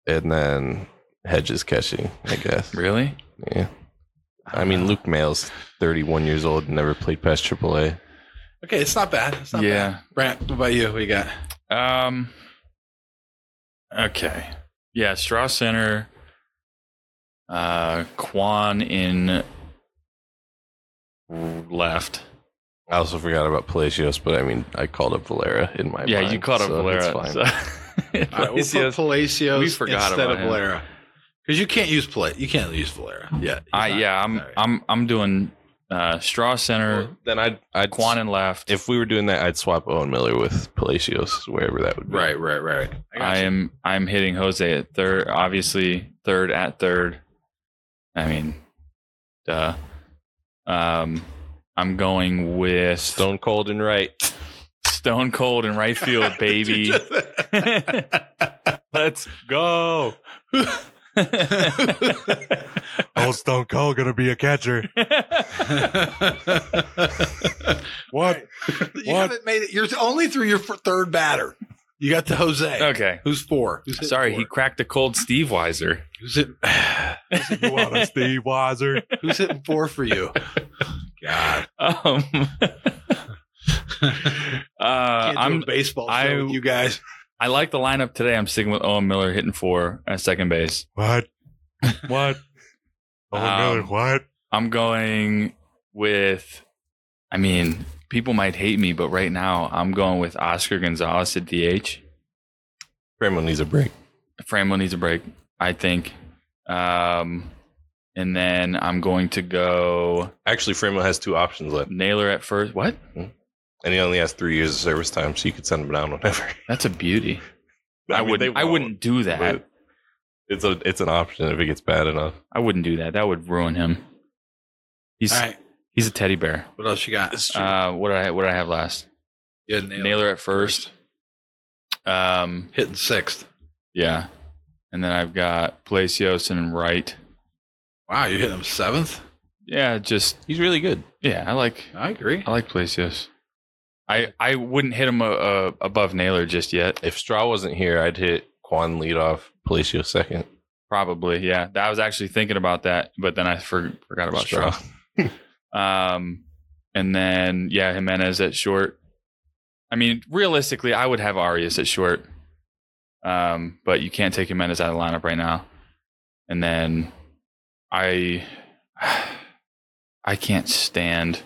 [SPEAKER 6] and then Hedges catching, I guess.
[SPEAKER 1] Really?
[SPEAKER 6] Yeah. I mean, Luke Mail's 31 years old and never played past AAA.
[SPEAKER 3] Okay. It's not bad. It's not bad.
[SPEAKER 1] yeah.
[SPEAKER 3] Brant, what about you? What you got?
[SPEAKER 1] Um. Okay. Yeah. Straw center. Uh, Quan in left.
[SPEAKER 6] I also forgot about Palacios, but I mean, I called up Valera in my
[SPEAKER 1] yeah,
[SPEAKER 6] mind,
[SPEAKER 1] you caught up
[SPEAKER 6] so
[SPEAKER 1] Valera.
[SPEAKER 6] it's
[SPEAKER 1] (laughs)
[SPEAKER 6] fine.
[SPEAKER 1] so-
[SPEAKER 3] All right, we'll put
[SPEAKER 1] Palacios.
[SPEAKER 3] Palacios
[SPEAKER 1] we forgot
[SPEAKER 3] instead
[SPEAKER 1] about
[SPEAKER 3] of
[SPEAKER 1] him.
[SPEAKER 3] Valera. Because you can't use Pla- you can't use Valera. Yeah.
[SPEAKER 1] I, yeah, I'm
[SPEAKER 3] Sorry.
[SPEAKER 1] I'm I'm doing uh, straw center,
[SPEAKER 6] Well, then I'd, I'd
[SPEAKER 1] Quan in left.
[SPEAKER 6] If we were doing that, I'd swap Owen Miller with Palacios, wherever that would be.
[SPEAKER 3] Right, right, right.
[SPEAKER 1] I am I'm hitting Jose at third, obviously third at third. I mean, duh. Um, I'm going with
[SPEAKER 6] Stone Cold and right.
[SPEAKER 1] Stone Cold in right field, baby. (laughs) Let's go.
[SPEAKER 7] Old Stone Cold gonna be a catcher. What?
[SPEAKER 3] (laughs) you
[SPEAKER 7] What?
[SPEAKER 3] haven't made it. You're only through your f- third batter. You got to Jose,
[SPEAKER 1] okay.
[SPEAKER 3] who's four. Who's hitting
[SPEAKER 1] Sorry,
[SPEAKER 3] four.
[SPEAKER 1] he cracked a cold Steve Weiser. (laughs)
[SPEAKER 3] who's, hitting,
[SPEAKER 7] You want a Steve Weiser?
[SPEAKER 3] who's hitting four
[SPEAKER 1] (laughs)
[SPEAKER 3] for you? God,
[SPEAKER 1] Um, uh,
[SPEAKER 3] do
[SPEAKER 1] I'm-
[SPEAKER 3] a baseball show
[SPEAKER 1] I-
[SPEAKER 3] with you guys.
[SPEAKER 1] I like the lineup today. I'm sticking with Owen Miller hitting four at second base.
[SPEAKER 7] What? What? Oh, Miller,
[SPEAKER 1] Um,
[SPEAKER 7] what?
[SPEAKER 1] I'm going with, I mean, people might hate me, but right now I'm going with Oscar Gonzalez at DH.
[SPEAKER 6] Grandma needs a break.
[SPEAKER 1] Framel needs a break, I think. Um, and then I'm going to go
[SPEAKER 6] Actually, Framo has two options left,
[SPEAKER 1] Naylor at first. What?
[SPEAKER 6] and he only has three years of service time, so you could send him down whenever. (laughs)
[SPEAKER 1] That's a beauty. I,
[SPEAKER 6] mean,
[SPEAKER 1] wouldn't.
[SPEAKER 6] they
[SPEAKER 1] I
[SPEAKER 6] won't,
[SPEAKER 1] wouldn't do that.
[SPEAKER 6] but It's a it's an option if it gets bad enough.
[SPEAKER 1] I wouldn't do that. That would ruin him. He's
[SPEAKER 3] All right.
[SPEAKER 1] he's a teddy bear.
[SPEAKER 3] What else you got?
[SPEAKER 1] Uh, what did I what did I have last?
[SPEAKER 3] yeah,
[SPEAKER 1] Naylor,
[SPEAKER 3] nail
[SPEAKER 1] at first. Um,
[SPEAKER 3] hitting sixth.
[SPEAKER 1] yeah, and then I've got Palacios and Wright.
[SPEAKER 3] Wow, you hit him seventh.
[SPEAKER 1] Yeah, just
[SPEAKER 6] He's really good.
[SPEAKER 1] yeah. I like
[SPEAKER 3] I agree.
[SPEAKER 1] I like Palacios. I I wouldn't hit him uh uh above Naylor just yet.
[SPEAKER 6] If Straw wasn't here, I'd hit Quan lead off, Palacio second.
[SPEAKER 1] Probably, yeah. That- I was actually thinking about that, but then I for, forgot about Straw. Um, and then yeah, Jimenez at short. I mean, realistically, I would have Arias at short. Um, but you can't take Jimenez out of the lineup right now. And then I (sighs) I can't stand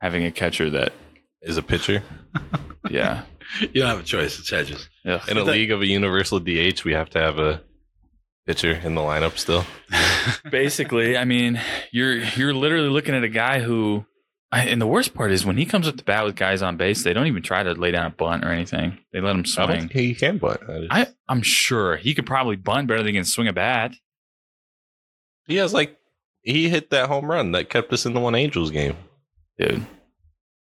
[SPEAKER 1] having a catcher that
[SPEAKER 6] is a pitcher.
[SPEAKER 1] yeah.
[SPEAKER 3] You don't have a choice. It's hedges.
[SPEAKER 1] Ugh.
[SPEAKER 6] In a league of a universal DH, we have to have a pitcher in the lineup still.
[SPEAKER 1] basically i mean you're you're literally looking at a guy who I- and the worst part is when he comes up to bat with guys on base they don't even try to lay down a bunt or anything they let him
[SPEAKER 6] I don't
[SPEAKER 1] swing
[SPEAKER 6] think he can bunt. I just-
[SPEAKER 1] I, i'm sure he could probably bunt better than he can swing a bat
[SPEAKER 6] he has like he hit that home run that kept us in the one Angels game.
[SPEAKER 1] dude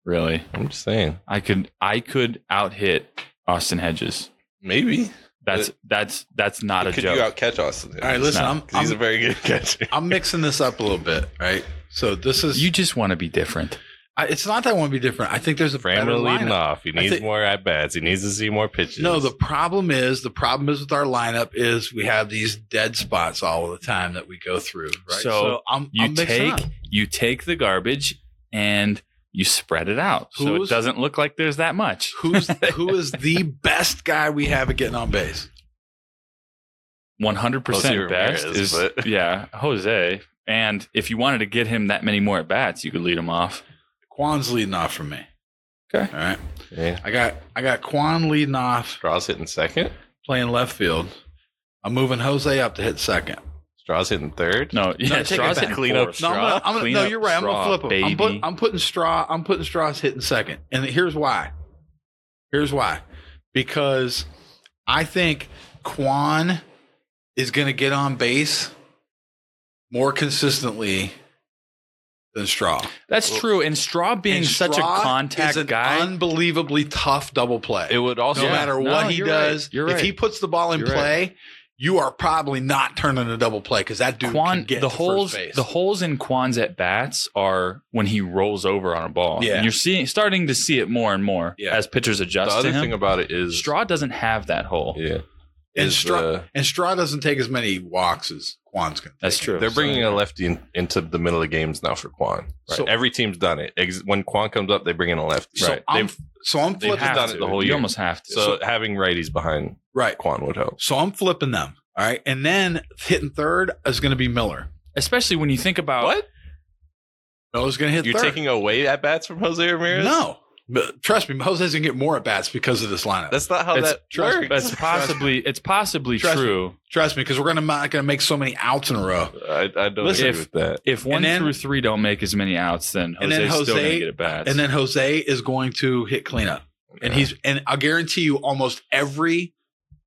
[SPEAKER 1] really
[SPEAKER 6] I'm just saying,
[SPEAKER 1] i could i could out hit austin hedges
[SPEAKER 6] maybe
[SPEAKER 1] that's that's that's not a
[SPEAKER 6] could
[SPEAKER 1] joke
[SPEAKER 6] you out catch Austin?
[SPEAKER 3] All right, listen,
[SPEAKER 1] No,
[SPEAKER 3] I'm,
[SPEAKER 6] 'Cause
[SPEAKER 3] I'm
[SPEAKER 6] he's a very good catcher. (laughs)
[SPEAKER 3] I'm mixing this up a little bit, right? So this is
[SPEAKER 1] you just want to be different
[SPEAKER 3] I, it's not that I want to be different. I think there's a better
[SPEAKER 6] Framber leading
[SPEAKER 3] lineup.
[SPEAKER 6] off. He
[SPEAKER 3] I
[SPEAKER 6] needs
[SPEAKER 3] think-
[SPEAKER 6] more at bats. He needs to see more pitches.
[SPEAKER 3] No, the problem is the problem is with our lineup is we have these dead spots all the time that we go through. Right.
[SPEAKER 1] So,
[SPEAKER 3] I'm,
[SPEAKER 1] you
[SPEAKER 3] I'm mixing
[SPEAKER 1] take
[SPEAKER 3] up.
[SPEAKER 1] you take the garbage and you spread it out so it
[SPEAKER 3] Who's-
[SPEAKER 1] doesn't look like there's that much (laughs)
[SPEAKER 3] who's who is the best guy we have at getting on base?
[SPEAKER 1] one hundred
[SPEAKER 6] Jose
[SPEAKER 1] percent
[SPEAKER 6] Ramirez,
[SPEAKER 1] best is
[SPEAKER 3] (laughs)
[SPEAKER 6] but-
[SPEAKER 1] yeah Jose. And if you wanted to get him that many more at bats, you could lead him off.
[SPEAKER 3] Quan's leading off for me.
[SPEAKER 1] Okay.
[SPEAKER 3] All right.
[SPEAKER 6] yeah.
[SPEAKER 3] I got I got Quan leading off,
[SPEAKER 6] Straw's hitting second.
[SPEAKER 3] playing left field. I'm moving Jose up to hit second.
[SPEAKER 6] Straw's hitting third.
[SPEAKER 1] No, yeah,
[SPEAKER 3] take
[SPEAKER 1] Straw's
[SPEAKER 3] it back.
[SPEAKER 1] hitting
[SPEAKER 6] Clean up
[SPEAKER 1] fourth.
[SPEAKER 3] No, I'm
[SPEAKER 1] Straw,
[SPEAKER 3] gonna, I'm gonna,
[SPEAKER 1] clean
[SPEAKER 3] no,
[SPEAKER 1] up
[SPEAKER 3] you're right.
[SPEAKER 1] Straw,
[SPEAKER 3] I'm gonna flip him.
[SPEAKER 1] baby.
[SPEAKER 3] I'm, put, I'm putting straw. I'm putting straws hitting second, and here's why. Here's why, because I think Quan is gonna get on base more consistently than Straw.
[SPEAKER 1] That's true. And Straw being
[SPEAKER 3] And
[SPEAKER 1] such
[SPEAKER 3] Straw
[SPEAKER 1] a
[SPEAKER 3] is
[SPEAKER 1] contact
[SPEAKER 3] an
[SPEAKER 1] guy,
[SPEAKER 3] unbelievably tough double play.
[SPEAKER 6] It would also
[SPEAKER 3] no matter
[SPEAKER 1] No,
[SPEAKER 3] what he
[SPEAKER 1] you're right.
[SPEAKER 3] does,
[SPEAKER 1] You're
[SPEAKER 3] if
[SPEAKER 1] right.
[SPEAKER 3] he puts the ball in
[SPEAKER 1] You're right.
[SPEAKER 3] play, you are probably not turning a double play because that dude
[SPEAKER 1] Quan,
[SPEAKER 3] can get
[SPEAKER 1] the
[SPEAKER 3] to
[SPEAKER 1] holes,
[SPEAKER 3] First base.
[SPEAKER 1] the holes in Quan's at bats are when he rolls over on a ball.
[SPEAKER 3] Yeah.
[SPEAKER 1] and you're seeing starting to see it more and more
[SPEAKER 3] Yeah.
[SPEAKER 1] as pitchers
[SPEAKER 6] the
[SPEAKER 1] adjust
[SPEAKER 6] other
[SPEAKER 1] to him.
[SPEAKER 6] thing about it is
[SPEAKER 1] Straw doesn't have that hole.
[SPEAKER 6] Yeah,
[SPEAKER 3] And
[SPEAKER 6] is,
[SPEAKER 3] Stra-
[SPEAKER 6] uh,
[SPEAKER 3] And Straw doesn't take as many walks as Quan's going
[SPEAKER 1] That's true.
[SPEAKER 6] They're bringing a lefty in, into the middle of games now for Quan. Right?
[SPEAKER 3] So-
[SPEAKER 6] Every team's done it. Ex- when Quan comes up, they bring in a lefty.
[SPEAKER 1] So
[SPEAKER 6] right.
[SPEAKER 3] I'm-
[SPEAKER 6] They've-
[SPEAKER 3] So I'm
[SPEAKER 6] They've
[SPEAKER 1] You
[SPEAKER 3] flipping
[SPEAKER 6] had
[SPEAKER 1] have
[SPEAKER 6] done
[SPEAKER 1] to.
[SPEAKER 6] it the whole
[SPEAKER 1] You
[SPEAKER 6] year.
[SPEAKER 1] almost have to.
[SPEAKER 6] so having righties behind
[SPEAKER 3] right.
[SPEAKER 6] Quan would help.
[SPEAKER 3] So I'm flipping them. All right. And then hitting third is going to be Miller.
[SPEAKER 1] especially when you think about
[SPEAKER 3] Miller's going to hit
[SPEAKER 6] You're
[SPEAKER 3] third.
[SPEAKER 6] taking away at bats from Jose Ramirez?
[SPEAKER 3] no. But trust me, Jose's going to get more at bats because of this lineup.
[SPEAKER 6] that's not how
[SPEAKER 1] It's-
[SPEAKER 6] that
[SPEAKER 3] (laughs) trust me,
[SPEAKER 6] works. (laughs)
[SPEAKER 1] That's possibly it's possibly
[SPEAKER 3] Trust me.
[SPEAKER 1] true.
[SPEAKER 3] trust me, because we're going to not going to make so many outs in a row.
[SPEAKER 6] I, I don't
[SPEAKER 1] Listen, if-
[SPEAKER 6] agree with that.
[SPEAKER 1] If one
[SPEAKER 3] then-
[SPEAKER 1] through three don't make as many outs, then
[SPEAKER 3] And
[SPEAKER 1] Jose's
[SPEAKER 3] then
[SPEAKER 1] still
[SPEAKER 3] Jose-
[SPEAKER 1] gonna get it bats.
[SPEAKER 3] And then Jose is going to hit cleanup, and he's and I'll guarantee you, almost every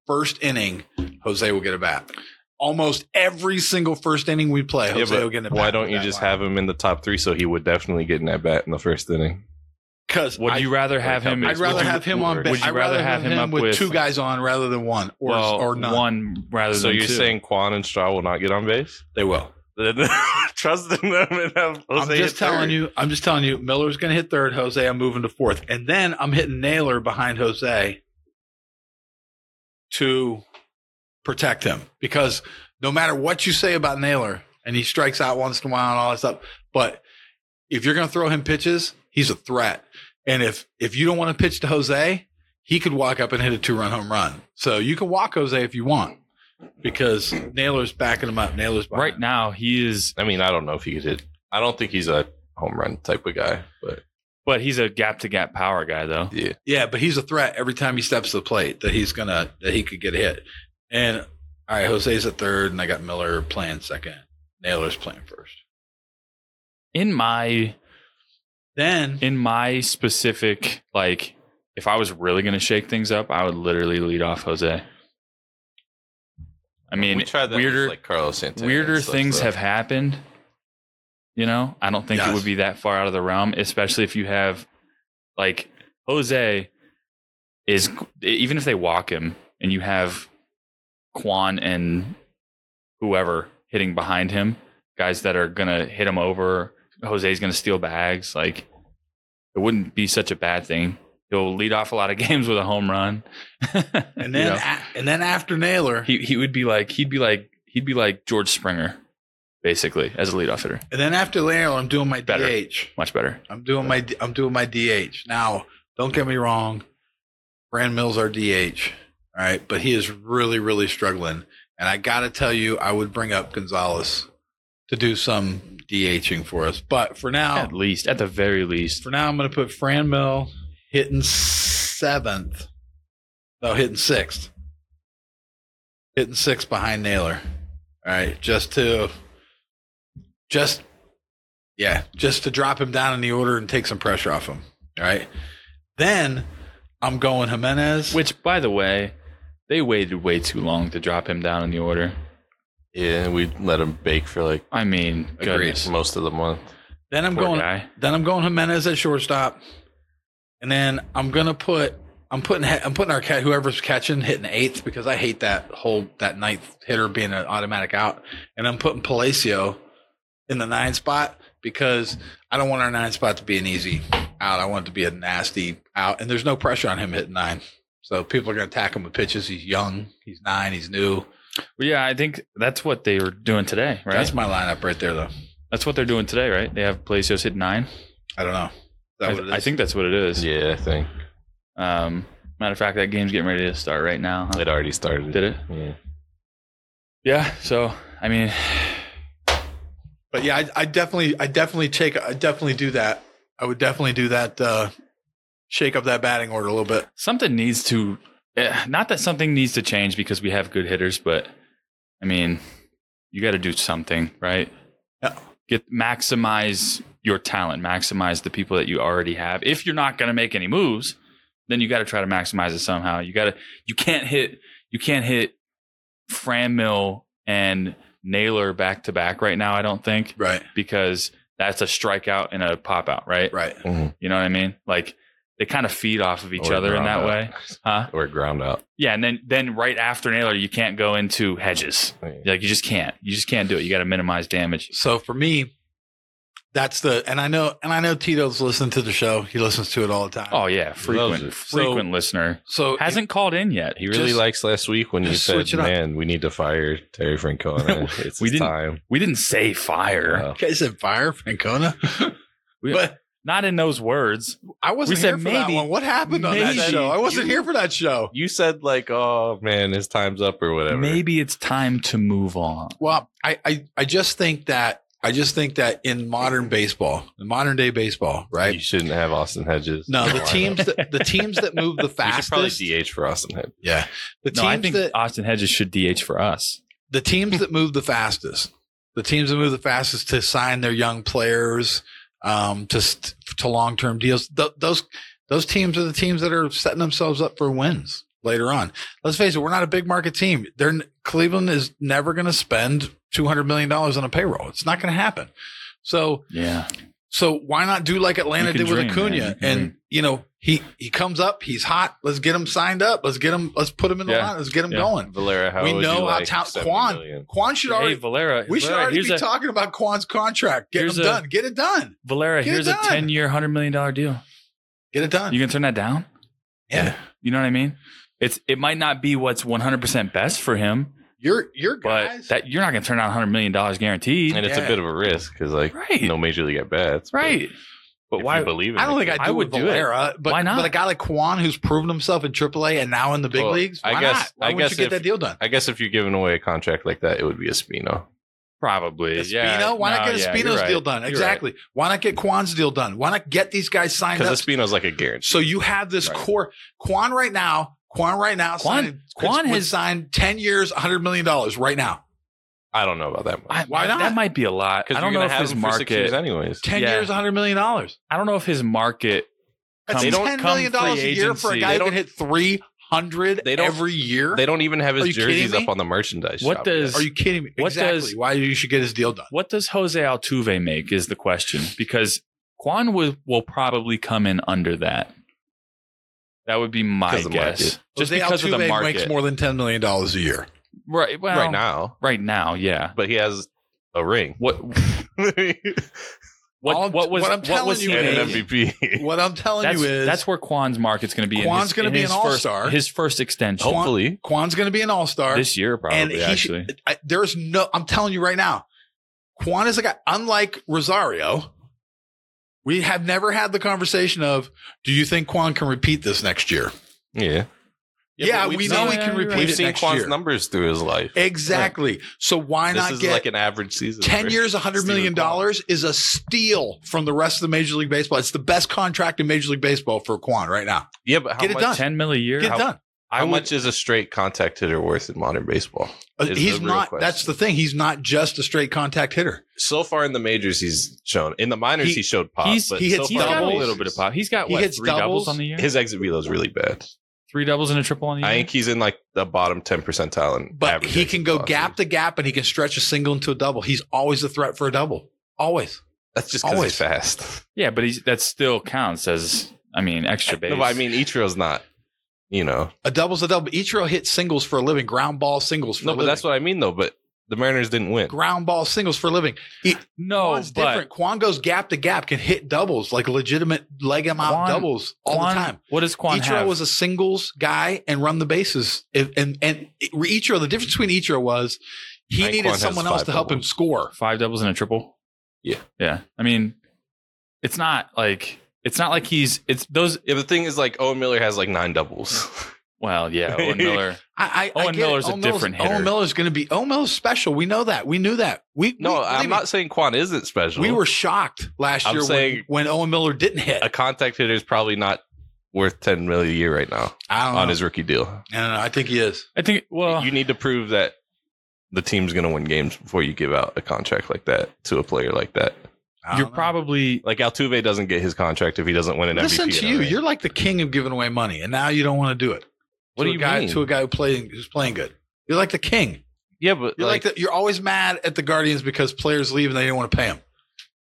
[SPEAKER 3] first inning, Jose will get a bat. Almost every single first inning we play,
[SPEAKER 6] Yeah,
[SPEAKER 3] Jose
[SPEAKER 6] but
[SPEAKER 3] will get a bat.
[SPEAKER 6] Why don't you just have him in the top three so he would definitely get an at bat in the first inning?
[SPEAKER 3] Because
[SPEAKER 1] would you rather have him?
[SPEAKER 3] I'd rather
[SPEAKER 1] would you-
[SPEAKER 3] have him on.
[SPEAKER 6] would
[SPEAKER 3] ba-
[SPEAKER 1] you
[SPEAKER 3] I'd
[SPEAKER 1] rather have him up
[SPEAKER 3] with,
[SPEAKER 1] with-
[SPEAKER 3] two guys on rather than one or
[SPEAKER 1] well,
[SPEAKER 3] or none?
[SPEAKER 1] one rather
[SPEAKER 6] So
[SPEAKER 1] than
[SPEAKER 6] you're
[SPEAKER 1] two.
[SPEAKER 6] saying Quan and Straw will not get on base?
[SPEAKER 3] They will.
[SPEAKER 6] Trust in them and have
[SPEAKER 3] I'm just telling you. I'm just telling you. Miller's going to hit third. Jose, I'm moving to fourth, and then I'm hitting Naylor behind Jose to protect him because no matter what you say about Naylor, and he strikes out once in a while and all that stuff, but if you're going to throw him pitches, he's a threat. And if if you don't want to pitch to Jose, he could walk up and hit a two run home run. So you can walk Jose if you want because Naylor's backing him up. Naylor's behind
[SPEAKER 1] Right now, he is,
[SPEAKER 6] I mean, I don't know if he could hit. I don't think he's a home run type of guy, but
[SPEAKER 1] but he's a gap to gap power guy, though.
[SPEAKER 6] yeah,
[SPEAKER 3] Yeah, but he's a threat every time he steps to the plate that he's gonna that he could get hit. And all right, Jose's at third, and I got Miller playing second. Naylor's playing first.
[SPEAKER 1] In my
[SPEAKER 3] Then
[SPEAKER 1] in my specific like if I was really gonna shake things up, I would literally lead off Jose. I mean
[SPEAKER 6] we tried that
[SPEAKER 1] weirder
[SPEAKER 6] with, like Carlos Santana.
[SPEAKER 1] weirder
[SPEAKER 6] and stuff,
[SPEAKER 1] things
[SPEAKER 6] though.
[SPEAKER 1] have happened. You know, I don't think it
[SPEAKER 3] Yes.
[SPEAKER 1] would be that far out of the realm, especially if you have like Jose is even if they walk him and you have Quan and whoever hitting behind him, guys that are gonna hit him over. Jose's gonna steal bags. Like it wouldn't be such a bad thing. He'll lead off a lot of (laughs) games with a home run. (laughs)
[SPEAKER 3] and then a- and then after Naylor,
[SPEAKER 1] he he would be like he'd be like he'd be like George Springer, basically as a leadoff hitter,
[SPEAKER 3] and then after Naylor, I'm doing my
[SPEAKER 1] Better.
[SPEAKER 3] DH.
[SPEAKER 1] much better.
[SPEAKER 3] I'm doing my I'm doing my DH. Now, don't get me wrong, Brand Mills our DH. All right, but he is really really struggling, and I got to tell you, I would bring up Gonzalez to do some DHing for us. But for now,
[SPEAKER 1] At least, at the very least,
[SPEAKER 3] For now, I'm going to put Fran Mill hitting seventh. No, hitting sixth. Hitting sixth behind Naylor. All right, just to, just, yeah, just to drop him down in the order and take some pressure off him. All right, then I'm going Jimenez.
[SPEAKER 1] which by the way, they waited way too long to drop him down in the order.
[SPEAKER 6] Yeah, we let him bake for like
[SPEAKER 1] I mean, goodness,
[SPEAKER 6] most of the month.
[SPEAKER 3] then I'm
[SPEAKER 1] poor
[SPEAKER 3] going.
[SPEAKER 1] guy.
[SPEAKER 3] Then I'm going Jimenez at shortstop, and then I'm gonna put I'm putting I'm putting our cat whoever's catching hitting eighth because I hate that whole that ninth hitter being an automatic out, and I'm putting Palacio in the nine spot because I don't want our nine spot to be an easy out. I want it to be a nasty out, and there's no pressure on him hitting nine. So people are gonna attack him with pitches. He's young. He's nine. He's new.
[SPEAKER 1] Well, yeah, I think that's what they were doing today, right?
[SPEAKER 3] That's
[SPEAKER 1] That's,
[SPEAKER 3] my lineup right there, though.
[SPEAKER 1] what they're doing today, right? They have Palacios hit nine.
[SPEAKER 3] I don't know. Is that
[SPEAKER 1] I,
[SPEAKER 3] what it
[SPEAKER 1] I
[SPEAKER 3] is?
[SPEAKER 1] think that's what it is.
[SPEAKER 6] Yeah, I think
[SPEAKER 1] Um, matter of fact, that game's getting ready to start right now. huh?
[SPEAKER 6] it already started.
[SPEAKER 1] Did it?
[SPEAKER 6] Yeah.
[SPEAKER 1] Yeah. So I mean,
[SPEAKER 3] But yeah, I, I definitely, I definitely take, I definitely do that. I would definitely do that. Uh, shake up that batting order a little bit.
[SPEAKER 1] something needs to eh, not that something needs to change because we have good hitters but i mean you got to do something right
[SPEAKER 3] Yeah.
[SPEAKER 1] get maximize your talent maximize the people that you already have if you're not going to make any moves then you got to try to maximize it somehow you got to you can't hit you can't hit fran mill and naylor back to back right now i don't think
[SPEAKER 3] Right,
[SPEAKER 1] because that's a strikeout and a pop out right,
[SPEAKER 3] right.
[SPEAKER 1] you know what i mean like they kind of feed off of each
[SPEAKER 6] Or
[SPEAKER 1] other in
[SPEAKER 6] ground
[SPEAKER 1] that
[SPEAKER 6] Oh, out.
[SPEAKER 1] way Huh?
[SPEAKER 6] Or ground out.
[SPEAKER 1] Yeah, and then then right after Naylor, you can't go into hedges.
[SPEAKER 6] Yeah.
[SPEAKER 1] Like you just can't. You just can't do it. You got to minimize damage.
[SPEAKER 3] So for me, that's the, and I know, and I know Tito's listened to the show. He listens to it all the time.
[SPEAKER 1] Oh yeah,
[SPEAKER 6] Loves
[SPEAKER 1] frequent
[SPEAKER 6] it.
[SPEAKER 1] frequent listener
[SPEAKER 3] so
[SPEAKER 1] hasn't called in yet. He
[SPEAKER 6] He
[SPEAKER 1] really
[SPEAKER 6] really
[SPEAKER 1] like
[SPEAKER 6] likes last week when you
[SPEAKER 3] just
[SPEAKER 6] said,
[SPEAKER 3] switch it up.
[SPEAKER 6] "Man, we need to fire Terry (laughs) Francona. It's
[SPEAKER 1] We
[SPEAKER 6] his
[SPEAKER 1] didn't-
[SPEAKER 6] time."
[SPEAKER 1] we didn't say fire,
[SPEAKER 6] Uh,
[SPEAKER 3] you guys said fire Francona,
[SPEAKER 1] We-
[SPEAKER 3] but
[SPEAKER 1] not in those words.
[SPEAKER 3] I wasn't
[SPEAKER 1] we
[SPEAKER 3] here
[SPEAKER 1] said
[SPEAKER 3] for that
[SPEAKER 1] maybe-
[SPEAKER 3] one. What happened on that
[SPEAKER 1] maybe
[SPEAKER 3] show? I wasn't
[SPEAKER 1] you-
[SPEAKER 3] here for that show.
[SPEAKER 6] you said like, "Oh man, his time's up" or whatever.
[SPEAKER 1] Maybe it's time to move on.
[SPEAKER 3] Well, I, I, I just think that, I just think that in modern baseball, in modern day baseball, right?
[SPEAKER 6] you shouldn't have Austin Hedges.
[SPEAKER 3] No,
[SPEAKER 6] in
[SPEAKER 3] the
[SPEAKER 6] (laughs) lineup.
[SPEAKER 3] teams that the teams that
[SPEAKER 1] (laughs)
[SPEAKER 3] move the
[SPEAKER 6] You should probably
[SPEAKER 3] fastest.
[SPEAKER 6] DH for Austin Hedges.
[SPEAKER 3] Yeah, the teams
[SPEAKER 1] No, I think
[SPEAKER 3] that
[SPEAKER 1] Austin Hedges should DH for us.
[SPEAKER 3] (laughs) the teams that move the fastest, the teams that move the fastest to sign their young players um, to st- to long term deals. Th- those those teams are the teams that are setting themselves up for wins later on. Let's face it, we're not a big market team. They're n- Cleveland is never going to spend two hundred million dollars on a payroll. It's not going to happen. So
[SPEAKER 1] Yeah,
[SPEAKER 3] So why not do like Atlanta
[SPEAKER 1] You can
[SPEAKER 3] did with
[SPEAKER 1] dream,
[SPEAKER 3] Acuna?
[SPEAKER 1] man. You can
[SPEAKER 3] and
[SPEAKER 1] dream.
[SPEAKER 3] you know he he comes up, he's hot. Let's get him signed up. Let's get him. Let's put him in the
[SPEAKER 1] Yeah.
[SPEAKER 3] line. Let's get him
[SPEAKER 1] Yeah.
[SPEAKER 3] going.
[SPEAKER 6] Valera, how
[SPEAKER 3] We
[SPEAKER 6] would
[SPEAKER 3] know
[SPEAKER 6] you
[SPEAKER 3] how
[SPEAKER 6] like
[SPEAKER 3] Tal-
[SPEAKER 6] 70
[SPEAKER 3] Quan-
[SPEAKER 6] million?
[SPEAKER 3] Quan should
[SPEAKER 1] hey
[SPEAKER 3] already.
[SPEAKER 1] Valera,
[SPEAKER 3] we should
[SPEAKER 1] Valera,
[SPEAKER 3] already
[SPEAKER 1] here's
[SPEAKER 3] be
[SPEAKER 1] a,
[SPEAKER 3] talking about Quan's contract. Get him
[SPEAKER 1] Here's a-
[SPEAKER 3] done. Get it done.
[SPEAKER 1] Valera.
[SPEAKER 3] Get it
[SPEAKER 1] Here's a
[SPEAKER 3] done.
[SPEAKER 1] ten year, hundred million dollar deal.
[SPEAKER 3] Get it done.
[SPEAKER 1] You can turn that down.
[SPEAKER 3] yeah,
[SPEAKER 1] You know what I mean? It's it might not be what's one hundred percent best for him,
[SPEAKER 3] your your
[SPEAKER 1] but
[SPEAKER 3] guys.
[SPEAKER 1] that you're not going to turn out $100 million guaranteed.
[SPEAKER 6] And it's
[SPEAKER 3] Yeah.
[SPEAKER 6] a bit of a risk because like
[SPEAKER 1] Right.
[SPEAKER 6] no major league at bats. but
[SPEAKER 1] right. But
[SPEAKER 8] If
[SPEAKER 1] why?
[SPEAKER 8] you believe in
[SPEAKER 3] I don't
[SPEAKER 8] it,
[SPEAKER 3] think I do
[SPEAKER 1] I would
[SPEAKER 3] with
[SPEAKER 1] do it.
[SPEAKER 3] Valera, but
[SPEAKER 1] Why not?
[SPEAKER 3] But a guy like Quan who's proven himself in AAA and now in the big
[SPEAKER 6] Well,
[SPEAKER 3] leagues,
[SPEAKER 6] I
[SPEAKER 3] why
[SPEAKER 6] guess-
[SPEAKER 3] not? Why
[SPEAKER 6] I
[SPEAKER 3] wouldn't
[SPEAKER 6] guess
[SPEAKER 3] you get
[SPEAKER 6] if-
[SPEAKER 3] that deal done?
[SPEAKER 6] I guess if you're giving away a contract like that, it would be a Spino.
[SPEAKER 1] Probably.
[SPEAKER 3] Espino,
[SPEAKER 1] Yeah.
[SPEAKER 3] why not
[SPEAKER 1] No,
[SPEAKER 3] get
[SPEAKER 1] yeah,
[SPEAKER 3] Espino's
[SPEAKER 1] you're right.
[SPEAKER 3] deal done?
[SPEAKER 1] You're right.
[SPEAKER 3] Exactly. Why not get Quan's deal done? Why not get these guys signed up?
[SPEAKER 6] Because Espino's like a guarantee.
[SPEAKER 3] So you have this
[SPEAKER 6] Right.
[SPEAKER 3] core Quan right now. Quan right now.
[SPEAKER 1] Quan-
[SPEAKER 3] signed-
[SPEAKER 1] Quan
[SPEAKER 3] would
[SPEAKER 1] has-
[SPEAKER 3] sign ten years, hundred million dollars right now.
[SPEAKER 6] I don't know about that much.
[SPEAKER 1] I-
[SPEAKER 3] Why not?
[SPEAKER 1] That might be a lot. I don't know if his market.
[SPEAKER 6] anyways.
[SPEAKER 3] Ten
[SPEAKER 1] Yeah.
[SPEAKER 3] years, hundred million dollars.
[SPEAKER 1] I don't know if his market.
[SPEAKER 3] That's
[SPEAKER 1] Come- They don't
[SPEAKER 3] ten
[SPEAKER 1] come
[SPEAKER 3] million dollars
[SPEAKER 1] free
[SPEAKER 3] a year for a
[SPEAKER 1] agency.
[SPEAKER 3] guy
[SPEAKER 1] They
[SPEAKER 3] who can hit three hundred
[SPEAKER 6] They don't-
[SPEAKER 3] every year.
[SPEAKER 6] They don't even have
[SPEAKER 3] Are
[SPEAKER 6] his
[SPEAKER 3] you kidding
[SPEAKER 6] jerseys
[SPEAKER 3] me?
[SPEAKER 6] up on the merchandise.
[SPEAKER 1] What
[SPEAKER 6] shop
[SPEAKER 1] does-
[SPEAKER 3] Are you kidding me?
[SPEAKER 1] What
[SPEAKER 3] exactly.
[SPEAKER 1] does-
[SPEAKER 3] Why you should get his deal done?
[SPEAKER 1] What does Jose Altuve make? Is the question because Quan will will probably come in under that. That would be my
[SPEAKER 6] Because of the market.
[SPEAKER 1] guess. Just
[SPEAKER 3] Jose
[SPEAKER 1] because of
[SPEAKER 3] Altuve
[SPEAKER 1] the
[SPEAKER 3] makes
[SPEAKER 1] market,
[SPEAKER 3] more than ten million dollars a
[SPEAKER 1] (laughs)
[SPEAKER 3] year.
[SPEAKER 1] right? Well,
[SPEAKER 6] yet. right now?
[SPEAKER 1] right now, yeah.
[SPEAKER 6] But he has
[SPEAKER 1] (laughs)
[SPEAKER 6] a ring (laughs)
[SPEAKER 1] What
[SPEAKER 3] All
[SPEAKER 1] what what
[SPEAKER 3] I'm-
[SPEAKER 1] was
[SPEAKER 3] what I'm
[SPEAKER 1] what,
[SPEAKER 3] telling
[SPEAKER 1] was he
[SPEAKER 3] you
[SPEAKER 6] and an
[SPEAKER 3] is-
[SPEAKER 1] making?
[SPEAKER 6] MVP.
[SPEAKER 3] What I'm telling
[SPEAKER 1] That's,
[SPEAKER 3] you is
[SPEAKER 1] that's where Quan's market's going to be.
[SPEAKER 3] Quan's
[SPEAKER 1] in his-
[SPEAKER 3] gonna
[SPEAKER 1] in
[SPEAKER 3] be an
[SPEAKER 1] his first-
[SPEAKER 3] all-star.
[SPEAKER 1] His first extension
[SPEAKER 6] Hopefully,
[SPEAKER 3] Quan's going to be an all star.
[SPEAKER 1] this year, probably.
[SPEAKER 3] and he
[SPEAKER 1] actually,
[SPEAKER 3] should, I, there's no i'm telling you right now Quan is a guy unlike rosario we have never had the conversation of do you think Quan can repeat this next year
[SPEAKER 6] yeah.
[SPEAKER 3] yeah,
[SPEAKER 6] but
[SPEAKER 3] we
[SPEAKER 6] we've
[SPEAKER 3] know
[SPEAKER 6] seen-
[SPEAKER 3] he can
[SPEAKER 1] we've
[SPEAKER 3] repeat
[SPEAKER 6] We've
[SPEAKER 3] it
[SPEAKER 6] seen
[SPEAKER 3] next
[SPEAKER 6] Quan's
[SPEAKER 3] year.
[SPEAKER 6] numbers through his life.
[SPEAKER 3] exactly so why
[SPEAKER 6] This
[SPEAKER 3] not
[SPEAKER 6] is
[SPEAKER 3] get
[SPEAKER 6] like an average season.
[SPEAKER 3] 10
[SPEAKER 6] for-
[SPEAKER 3] years, $100 million
[SPEAKER 6] Steven Kwan.
[SPEAKER 3] is a steal from the rest of the Major League Baseball. It's the best contract in Major League Baseball for Quan right now.
[SPEAKER 6] Yeah, but how
[SPEAKER 3] Get it
[SPEAKER 6] much?
[SPEAKER 3] done.
[SPEAKER 1] ten mil a year.
[SPEAKER 3] Get it
[SPEAKER 1] How-
[SPEAKER 3] done.
[SPEAKER 6] How much is a straight contact hitter worth in modern baseball?
[SPEAKER 3] Uh,
[SPEAKER 6] is
[SPEAKER 3] He's
[SPEAKER 6] the real
[SPEAKER 3] not,
[SPEAKER 6] question.
[SPEAKER 3] that's the thing. He's not just a straight contact hitter.
[SPEAKER 6] So far in the majors, he's shown. In the minors,
[SPEAKER 3] He-
[SPEAKER 6] he, showed pop.
[SPEAKER 1] he's-
[SPEAKER 6] but
[SPEAKER 3] he hits
[SPEAKER 6] so
[SPEAKER 1] He's
[SPEAKER 6] far in the
[SPEAKER 1] got a
[SPEAKER 3] doubles.
[SPEAKER 1] little bit of pop. He's got
[SPEAKER 3] He
[SPEAKER 1] what
[SPEAKER 3] hits
[SPEAKER 1] three doubles,
[SPEAKER 3] doubles.
[SPEAKER 1] on the year,
[SPEAKER 6] His exit velo is really bad.
[SPEAKER 1] three doubles and a triple on the year.
[SPEAKER 6] I think he's in like the bottom ten percentile in
[SPEAKER 3] but
[SPEAKER 6] average
[SPEAKER 3] he can go
[SPEAKER 6] velocity.
[SPEAKER 3] gap to gap and he can stretch a single into a double. He's always a threat for a double. Always.
[SPEAKER 6] That's just because
[SPEAKER 3] Always.
[SPEAKER 6] he's fast.
[SPEAKER 1] yeah, but he's, that still counts as I mean
[SPEAKER 3] (laughs)
[SPEAKER 1] extra base.
[SPEAKER 6] No, but I mean Ichiro's not. You know.
[SPEAKER 3] A double's a double. Ichiro hits singles for a living, ground ball singles for
[SPEAKER 6] No,
[SPEAKER 3] a
[SPEAKER 6] but
[SPEAKER 3] living.
[SPEAKER 6] that's what I mean though. But the Mariners didn't win.
[SPEAKER 3] ground ball singles for a living.
[SPEAKER 6] Oh,
[SPEAKER 1] no,
[SPEAKER 3] Kwan's
[SPEAKER 1] but
[SPEAKER 3] different. Quan goes gap to gap, can hit doubles, like legitimate leg him out
[SPEAKER 1] Kwan-
[SPEAKER 3] doubles all
[SPEAKER 1] Quan,
[SPEAKER 3] the time.
[SPEAKER 1] What does Quan
[SPEAKER 3] Ichiro
[SPEAKER 1] have?
[SPEAKER 3] was a singles guy and run the bases. If, and and Ichiro, the difference between Ichiro was he
[SPEAKER 6] I think
[SPEAKER 3] needed
[SPEAKER 6] Quan has
[SPEAKER 3] someone else
[SPEAKER 6] five
[SPEAKER 3] to help him
[SPEAKER 6] doubles.
[SPEAKER 3] score.
[SPEAKER 1] five doubles and a triple.
[SPEAKER 6] Yeah.
[SPEAKER 1] yeah. I mean, it's not like it's not like he's it's those.
[SPEAKER 6] Yeah, the thing is like Owen Miller has like nine doubles.
[SPEAKER 1] Well, yeah,
[SPEAKER 3] (laughs)
[SPEAKER 1] Owen Miller.
[SPEAKER 3] I, I, I
[SPEAKER 1] Owen
[SPEAKER 3] get it.
[SPEAKER 1] Miller's a different hitter.
[SPEAKER 3] Owen Miller's going to be Owen Miller's special. We know that. We knew that. We
[SPEAKER 6] (laughs)
[SPEAKER 3] we-
[SPEAKER 6] No, I'm
[SPEAKER 3] believe me,
[SPEAKER 6] not saying Quan isn't special.
[SPEAKER 3] We were shocked last
[SPEAKER 6] I'm
[SPEAKER 3] year
[SPEAKER 6] saying-
[SPEAKER 3] when, when Owen Miller didn't hit.
[SPEAKER 6] a contact hitter is probably not worth ten million a year right now
[SPEAKER 3] I don't
[SPEAKER 6] on
[SPEAKER 3] know.
[SPEAKER 6] his rookie deal.
[SPEAKER 3] no, no, no, I think he is.
[SPEAKER 1] I think. Well,
[SPEAKER 6] you need to prove that the team's going to win games before you give out a contract like that to a player like that.
[SPEAKER 3] I
[SPEAKER 1] you're
[SPEAKER 3] don't know.
[SPEAKER 1] probably
[SPEAKER 6] Like Altuve doesn't get his contract if he doesn't win an
[SPEAKER 3] listen to
[SPEAKER 6] MVP. in a
[SPEAKER 3] you.
[SPEAKER 6] ring.
[SPEAKER 3] You're like the king of giving away money, and now you don't want to do it.
[SPEAKER 6] What
[SPEAKER 3] to
[SPEAKER 6] do
[SPEAKER 3] a
[SPEAKER 6] you
[SPEAKER 3] guy,
[SPEAKER 6] mean?
[SPEAKER 3] To a guy who playing who's playing good, you're like the king.
[SPEAKER 6] yeah, but
[SPEAKER 3] You're like,
[SPEAKER 6] like,
[SPEAKER 3] the, you're always mad at the Guardians because players leave and they didn't want to pay them.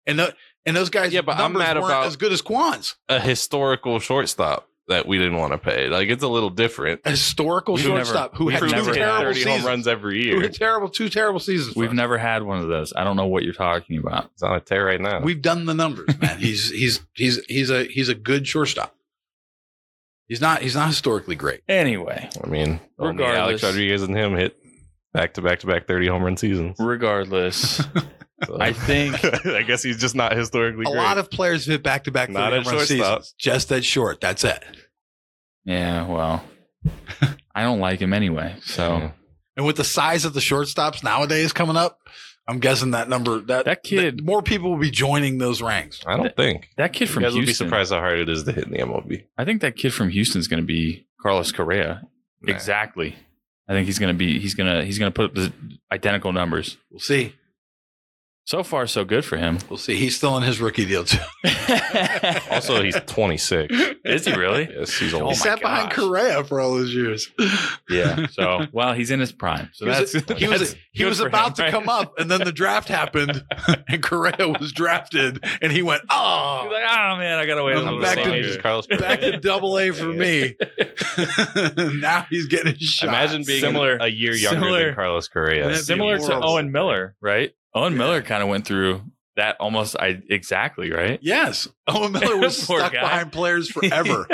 [SPEAKER 3] And tho- and those guys,
[SPEAKER 6] Yeah, but I'm
[SPEAKER 3] numbers
[SPEAKER 6] mad
[SPEAKER 3] weren't
[SPEAKER 6] about-
[SPEAKER 3] as good as Quan's
[SPEAKER 6] a historical shortstop that we didn't want to pay. Like it's a little different.
[SPEAKER 3] a historical
[SPEAKER 1] We've never-
[SPEAKER 3] shortstop who
[SPEAKER 1] we've
[SPEAKER 3] had two
[SPEAKER 1] never
[SPEAKER 3] terrible
[SPEAKER 1] hit
[SPEAKER 6] thirty
[SPEAKER 3] seasons.
[SPEAKER 6] home runs every
[SPEAKER 3] Who
[SPEAKER 6] year.
[SPEAKER 3] had terrible two terrible seasons. for
[SPEAKER 1] we've
[SPEAKER 3] us.
[SPEAKER 1] never had one of those. I don't know what you're talking about.
[SPEAKER 6] He's on a tear right now.
[SPEAKER 3] We've done the numbers, man. He's he's he's he's a he's a good shortstop. He's not he's not historically great.
[SPEAKER 1] Anyway,
[SPEAKER 6] I mean, only
[SPEAKER 1] Regardless.
[SPEAKER 6] Alex Rodriguez and him hit back to back to back thirty home run seasons.
[SPEAKER 3] (laughs)
[SPEAKER 1] regardless,
[SPEAKER 6] So- (laughs)
[SPEAKER 1] I think
[SPEAKER 6] I guess he's just not historically
[SPEAKER 3] A
[SPEAKER 6] great.
[SPEAKER 3] lot of players have hit back to back
[SPEAKER 6] Not at shortstop.
[SPEAKER 3] seasons. Just that short. That's it.
[SPEAKER 1] Yeah, well, I don't like him anyway. So
[SPEAKER 6] Yeah.
[SPEAKER 3] And with the size of the shortstops nowadays coming up, I'm guessing that number that
[SPEAKER 1] That kid-
[SPEAKER 3] that more people will be joining those ranks.
[SPEAKER 6] I don't think.
[SPEAKER 1] that kid
[SPEAKER 6] You
[SPEAKER 1] from
[SPEAKER 6] guys
[SPEAKER 1] Houston,
[SPEAKER 6] would be surprised how hard it is to hit in the MLB.
[SPEAKER 1] I think that kid from Houston's going to be Carlos Correa.
[SPEAKER 6] Nah.
[SPEAKER 1] Exactly. I think he's going to be he's going to he's going to put up the identical numbers.
[SPEAKER 3] We'll see.
[SPEAKER 1] So far, so good for him.
[SPEAKER 3] We'll see. He's still in his rookie deal too.
[SPEAKER 6] Also, (laughs) he's 26.
[SPEAKER 1] is he really?
[SPEAKER 6] yes, he's
[SPEAKER 1] Oh
[SPEAKER 6] old.
[SPEAKER 1] my
[SPEAKER 3] he sat behind
[SPEAKER 1] gosh.
[SPEAKER 3] Correa for all those years.
[SPEAKER 1] Yeah. So (laughs) well, he's in his prime. So
[SPEAKER 3] he was,
[SPEAKER 1] that's
[SPEAKER 3] (laughs) he was,
[SPEAKER 1] that's
[SPEAKER 3] he
[SPEAKER 1] good
[SPEAKER 3] was
[SPEAKER 1] for
[SPEAKER 3] about
[SPEAKER 1] him,
[SPEAKER 3] to
[SPEAKER 1] right?
[SPEAKER 3] come up, and then
[SPEAKER 1] (laughs)
[SPEAKER 3] the draft happened, (laughs) and Correa was drafted, and he went, oh,
[SPEAKER 1] He's like, oh man, I got to wait
[SPEAKER 3] I'm
[SPEAKER 1] until the
[SPEAKER 3] back
[SPEAKER 1] same
[SPEAKER 3] to-
[SPEAKER 1] age as Carlos."
[SPEAKER 6] Carlos
[SPEAKER 1] (laughs)
[SPEAKER 3] back to double A for me. (laughs) now he's getting shot.
[SPEAKER 6] Imagine being
[SPEAKER 1] Similar-
[SPEAKER 6] a year younger
[SPEAKER 1] similar-
[SPEAKER 6] than Carlos Correa.
[SPEAKER 3] That'd be
[SPEAKER 1] Similar to
[SPEAKER 3] horrible.
[SPEAKER 1] Owen Miller, right? Owen Miller kind of went through that almost I exactly right.
[SPEAKER 3] Yes, Owen Miller was
[SPEAKER 1] (laughs) Poor
[SPEAKER 3] stuck
[SPEAKER 1] guy.
[SPEAKER 3] behind
[SPEAKER 1] (laughs)
[SPEAKER 3] players forever,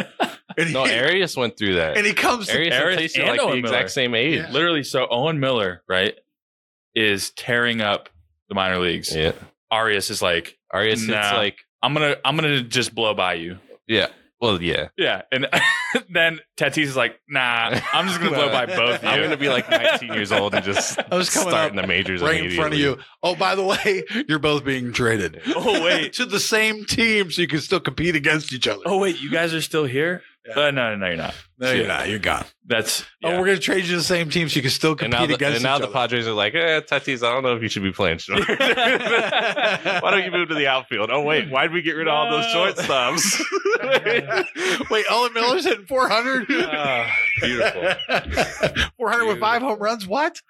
[SPEAKER 3] and he,
[SPEAKER 6] No, Arias went through that.
[SPEAKER 3] and he comes. To,
[SPEAKER 6] Arias,
[SPEAKER 1] Arias
[SPEAKER 6] and Tatis are
[SPEAKER 1] and
[SPEAKER 6] like the
[SPEAKER 1] Owen
[SPEAKER 6] exact
[SPEAKER 1] Miller.
[SPEAKER 6] same age.
[SPEAKER 3] Yeah.
[SPEAKER 1] Literally, so Owen Miller, right, is tearing up the minor leagues.
[SPEAKER 6] Yeah.
[SPEAKER 1] Arias is like,
[SPEAKER 6] Arias hits
[SPEAKER 1] Nah.
[SPEAKER 6] like
[SPEAKER 1] I'm gonna I'm gonna just blow by you.
[SPEAKER 6] Yeah. Well, yeah.
[SPEAKER 1] Yeah, and (laughs) then Tatis is like, nah, I'm just gonna blow
[SPEAKER 6] (laughs)
[SPEAKER 1] by both. Of you.
[SPEAKER 6] I'm gonna be like 19 years old and just
[SPEAKER 3] I was coming
[SPEAKER 6] start
[SPEAKER 3] up
[SPEAKER 6] in the majors
[SPEAKER 3] right in front of you. Oh, by the way, (laughs) you're both being traded.
[SPEAKER 1] (laughs) Oh wait,
[SPEAKER 3] (laughs) to the same team, so you can still compete against each other.
[SPEAKER 1] oh wait, you guys are still here? Uh, no, no, no, you're not.
[SPEAKER 3] no, you're not. You're gone.
[SPEAKER 1] That's
[SPEAKER 3] Oh,
[SPEAKER 1] yeah.
[SPEAKER 3] we're gonna trade you to the same team, so you can still
[SPEAKER 6] And
[SPEAKER 3] compete
[SPEAKER 6] now, the,
[SPEAKER 3] against
[SPEAKER 6] and now
[SPEAKER 3] each
[SPEAKER 6] the
[SPEAKER 3] other.
[SPEAKER 6] Padres are like, eh, Tatis, I don't know if you should be playing
[SPEAKER 1] (laughs)
[SPEAKER 6] short. why (laughs) don't you move to the outfield? Oh, wait, why did we get rid of all those
[SPEAKER 1] No.
[SPEAKER 6] (laughs) shortstops?
[SPEAKER 3] (laughs) Wait, Ellen Miller's hitting 400.
[SPEAKER 1] Ah, beautiful.
[SPEAKER 3] 400 with five home runs. What?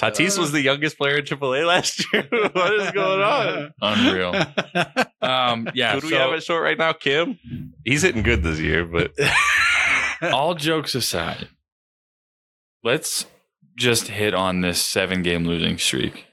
[SPEAKER 6] Tatis was the youngest player in AAA last year. (laughs) what is going on?
[SPEAKER 1] Unreal. Um, yeah.
[SPEAKER 6] Who do we
[SPEAKER 1] so
[SPEAKER 6] have at short right now? Kim? He's hitting good this year, but
[SPEAKER 1] all jokes aside, let's just hit on this seven game losing streak.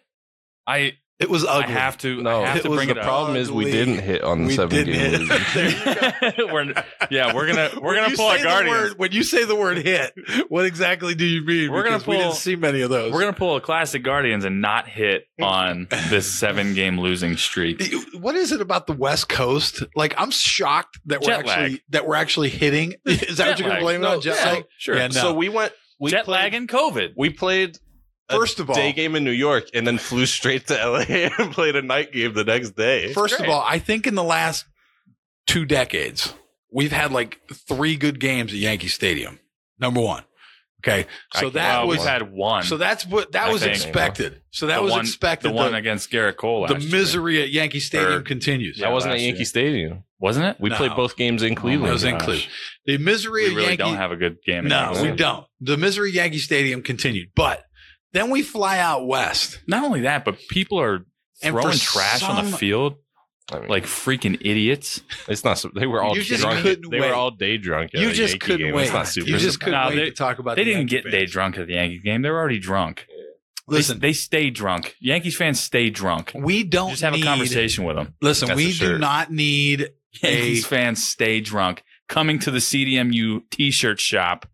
[SPEAKER 1] I
[SPEAKER 3] It was
[SPEAKER 1] I
[SPEAKER 3] ugly.
[SPEAKER 1] have to
[SPEAKER 6] No,
[SPEAKER 1] I have
[SPEAKER 3] it
[SPEAKER 1] to
[SPEAKER 3] was
[SPEAKER 1] bring
[SPEAKER 3] the
[SPEAKER 1] it (laughs) up.
[SPEAKER 6] problem is we
[SPEAKER 3] Ugly.
[SPEAKER 6] didn't hit on the
[SPEAKER 3] We
[SPEAKER 6] seven
[SPEAKER 3] didn't
[SPEAKER 6] game
[SPEAKER 3] hit.
[SPEAKER 6] losing (laughs)
[SPEAKER 1] (laughs)
[SPEAKER 6] streak.
[SPEAKER 1] we're, yeah, we're gonna we're
[SPEAKER 3] When
[SPEAKER 1] gonna
[SPEAKER 3] you
[SPEAKER 1] pull
[SPEAKER 3] say
[SPEAKER 1] a
[SPEAKER 3] the
[SPEAKER 1] Guardians.
[SPEAKER 3] word- when you say the word hit, what exactly do you mean?
[SPEAKER 1] We're gonna
[SPEAKER 3] Because we
[SPEAKER 1] pull-
[SPEAKER 3] didn't see many of those.
[SPEAKER 1] We're gonna pull a classic Guardians and not
[SPEAKER 3] (laughs)
[SPEAKER 1] hit on this seven game losing streak.
[SPEAKER 3] what is it about the West Coast? Like, I'm shocked that we're
[SPEAKER 1] Jet
[SPEAKER 3] actually
[SPEAKER 1] lag.
[SPEAKER 3] that we're actually hitting. (laughs)
[SPEAKER 1] Jet
[SPEAKER 3] Is that what you're
[SPEAKER 1] lag.
[SPEAKER 3] gonna blame it on? Jet
[SPEAKER 6] so-
[SPEAKER 3] lag?
[SPEAKER 1] Sure.
[SPEAKER 3] Yeah, no.
[SPEAKER 6] So we went. We
[SPEAKER 1] Jet
[SPEAKER 6] played,
[SPEAKER 1] lag and COVID.
[SPEAKER 6] We played a
[SPEAKER 3] First of all,
[SPEAKER 6] day game in New York and then flew straight to LA and played a (laughs) night game the next day.
[SPEAKER 3] First
[SPEAKER 1] great.
[SPEAKER 3] of all, I think in the last two decades, we've had like three good games at Yankee Stadium. Number one. Okay.
[SPEAKER 6] I
[SPEAKER 3] So
[SPEAKER 6] can't-
[SPEAKER 3] that
[SPEAKER 1] Well,
[SPEAKER 3] was
[SPEAKER 1] we've had one.
[SPEAKER 3] so that's what that
[SPEAKER 1] I
[SPEAKER 3] was
[SPEAKER 1] think.
[SPEAKER 3] expected. So that
[SPEAKER 1] The
[SPEAKER 3] was
[SPEAKER 1] one-
[SPEAKER 3] expected.
[SPEAKER 1] The one
[SPEAKER 3] the,
[SPEAKER 1] against Garrett Cole.
[SPEAKER 3] the
[SPEAKER 1] last year.
[SPEAKER 3] misery at Yankee Stadium
[SPEAKER 1] Or-
[SPEAKER 3] continues.
[SPEAKER 1] Yeah,
[SPEAKER 6] I wasn't at
[SPEAKER 1] last
[SPEAKER 6] Yankee
[SPEAKER 1] year.
[SPEAKER 6] Stadium.
[SPEAKER 1] wasn't it?
[SPEAKER 6] We
[SPEAKER 3] No.
[SPEAKER 6] played both games in
[SPEAKER 3] It
[SPEAKER 6] Cleveland.
[SPEAKER 3] was in
[SPEAKER 1] gosh.
[SPEAKER 3] Cleveland. The misery
[SPEAKER 1] We
[SPEAKER 3] of
[SPEAKER 1] really
[SPEAKER 3] Yankee
[SPEAKER 1] don't have a good game.
[SPEAKER 3] No,
[SPEAKER 1] against
[SPEAKER 3] we
[SPEAKER 1] them.
[SPEAKER 3] don't. The misery at Yankee Stadium continued. But then we fly out west.
[SPEAKER 1] Not only that, but people are
[SPEAKER 3] And
[SPEAKER 1] throwing
[SPEAKER 3] for
[SPEAKER 1] trash on the
[SPEAKER 3] some-
[SPEAKER 1] field
[SPEAKER 6] I mean,
[SPEAKER 1] like freaking idiots.
[SPEAKER 6] it's not. su- They were all
[SPEAKER 3] You just
[SPEAKER 6] drunk.
[SPEAKER 3] couldn't
[SPEAKER 6] they
[SPEAKER 3] wait.
[SPEAKER 6] were all day drunk. At
[SPEAKER 3] you
[SPEAKER 6] a
[SPEAKER 3] just
[SPEAKER 6] Yankee
[SPEAKER 3] couldn't
[SPEAKER 6] game.
[SPEAKER 3] wait.
[SPEAKER 6] It's not super.
[SPEAKER 3] you just couldn't
[SPEAKER 1] No,
[SPEAKER 3] wait
[SPEAKER 1] they-
[SPEAKER 3] to talk about
[SPEAKER 1] They
[SPEAKER 3] the
[SPEAKER 1] didn't
[SPEAKER 3] Yankee
[SPEAKER 1] get day
[SPEAKER 3] fans.
[SPEAKER 1] drunk at the Yankees game. They were already drunk.
[SPEAKER 3] Listen,
[SPEAKER 1] they, they stay drunk. Yankees fans stay drunk.
[SPEAKER 3] we don't
[SPEAKER 1] Just have
[SPEAKER 3] need-
[SPEAKER 1] a conversation with them.
[SPEAKER 3] Listen,
[SPEAKER 6] That's
[SPEAKER 3] we
[SPEAKER 6] for sure.
[SPEAKER 3] do not need a
[SPEAKER 1] Yankees fans stay drunk. Coming to the CDMU T-shirt shop.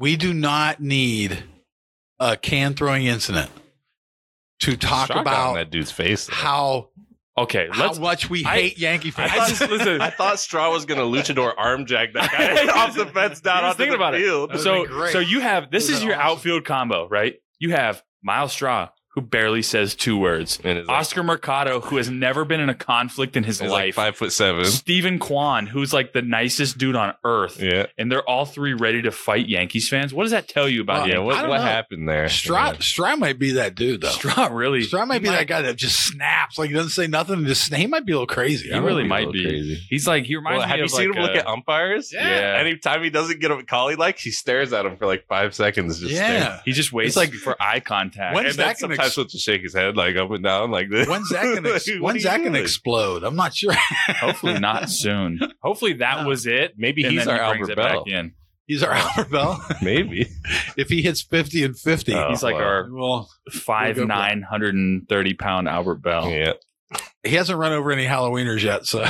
[SPEAKER 3] we do not need a can throwing incident to talk
[SPEAKER 6] Shock on
[SPEAKER 3] about
[SPEAKER 6] that dude's face. though.
[SPEAKER 3] how
[SPEAKER 1] Okay,
[SPEAKER 3] how
[SPEAKER 1] let's.
[SPEAKER 3] much we
[SPEAKER 1] I-
[SPEAKER 3] hate Yankee
[SPEAKER 1] I
[SPEAKER 3] fans.
[SPEAKER 1] just-
[SPEAKER 3] (laughs)
[SPEAKER 1] listen,
[SPEAKER 6] I thought Straw was gonna luchador arm drag that guy (laughs) off the fence down
[SPEAKER 1] I was
[SPEAKER 6] onto
[SPEAKER 1] thinking
[SPEAKER 6] the
[SPEAKER 1] about it.
[SPEAKER 6] field.
[SPEAKER 3] That would've
[SPEAKER 1] so
[SPEAKER 3] been great.
[SPEAKER 1] so you have this
[SPEAKER 3] Would've
[SPEAKER 1] is
[SPEAKER 3] been
[SPEAKER 1] your
[SPEAKER 3] awesome.
[SPEAKER 1] outfield combo, right? You have Miles Straw, who barely says two words.
[SPEAKER 6] And it's like,
[SPEAKER 1] Oscar Mercado, who has never been in a conflict in his
[SPEAKER 6] he's like
[SPEAKER 1] life.
[SPEAKER 6] five foot seven.
[SPEAKER 1] Stephen Kwan, who's like the nicest dude on earth,
[SPEAKER 6] Yeah.
[SPEAKER 1] and they're all three ready to fight Yankees fans. What does that tell you about
[SPEAKER 3] Well,
[SPEAKER 6] Yeah.
[SPEAKER 1] Yankees?
[SPEAKER 3] Uh, I
[SPEAKER 6] What,
[SPEAKER 3] don't
[SPEAKER 6] what
[SPEAKER 3] know.
[SPEAKER 6] happened there?
[SPEAKER 3] Stra Stra might be that dude though. Stra,
[SPEAKER 1] Straw really,
[SPEAKER 3] might be that guy that just snaps, like he doesn't say nothing and just he might be a little crazy.
[SPEAKER 1] he
[SPEAKER 3] I don't
[SPEAKER 1] really
[SPEAKER 6] be a
[SPEAKER 1] might
[SPEAKER 6] little
[SPEAKER 1] be.
[SPEAKER 6] crazy.
[SPEAKER 1] He's like he reminds
[SPEAKER 6] Well,
[SPEAKER 1] me.
[SPEAKER 6] have you
[SPEAKER 1] of
[SPEAKER 6] seen
[SPEAKER 1] like uh,
[SPEAKER 6] him look
[SPEAKER 1] a-
[SPEAKER 6] at umpires?
[SPEAKER 1] Yeah.
[SPEAKER 6] Anytime he doesn't get a call he likes, he stares at him for like five seconds.
[SPEAKER 3] know.
[SPEAKER 6] Just stares.
[SPEAKER 3] yeah.
[SPEAKER 1] He just waits
[SPEAKER 3] It's like-
[SPEAKER 1] for eye contact.
[SPEAKER 3] When's
[SPEAKER 6] And then
[SPEAKER 3] that gonna
[SPEAKER 6] sometimes
[SPEAKER 3] ex-
[SPEAKER 6] he'll just shake his head like up and down like this.
[SPEAKER 3] When's that
[SPEAKER 6] (laughs)
[SPEAKER 3] gonna ex-
[SPEAKER 6] Like, what
[SPEAKER 3] when's
[SPEAKER 6] are
[SPEAKER 3] that
[SPEAKER 6] you
[SPEAKER 3] gonna
[SPEAKER 6] doing?
[SPEAKER 3] explode? I'm not sure.
[SPEAKER 1] (laughs)
[SPEAKER 3] (laughs)
[SPEAKER 1] Hopefully not soon. Hopefully that
[SPEAKER 3] No.
[SPEAKER 1] was it.
[SPEAKER 6] Maybe
[SPEAKER 1] and
[SPEAKER 6] he's
[SPEAKER 1] then
[SPEAKER 6] our
[SPEAKER 1] he brings
[SPEAKER 6] Albert
[SPEAKER 1] it back
[SPEAKER 6] Bell.
[SPEAKER 1] in.
[SPEAKER 3] He's our Albert Bell.
[SPEAKER 6] (laughs) Maybe.
[SPEAKER 3] if he hits fifty and fifty,
[SPEAKER 6] Oh,
[SPEAKER 1] he's like
[SPEAKER 6] wow.
[SPEAKER 1] our
[SPEAKER 3] well,
[SPEAKER 1] five
[SPEAKER 3] We'll go for
[SPEAKER 1] nine hundred and thirty pound Albert Bell.
[SPEAKER 6] Yeah.
[SPEAKER 3] he hasn't run over any Halloweeners yet, so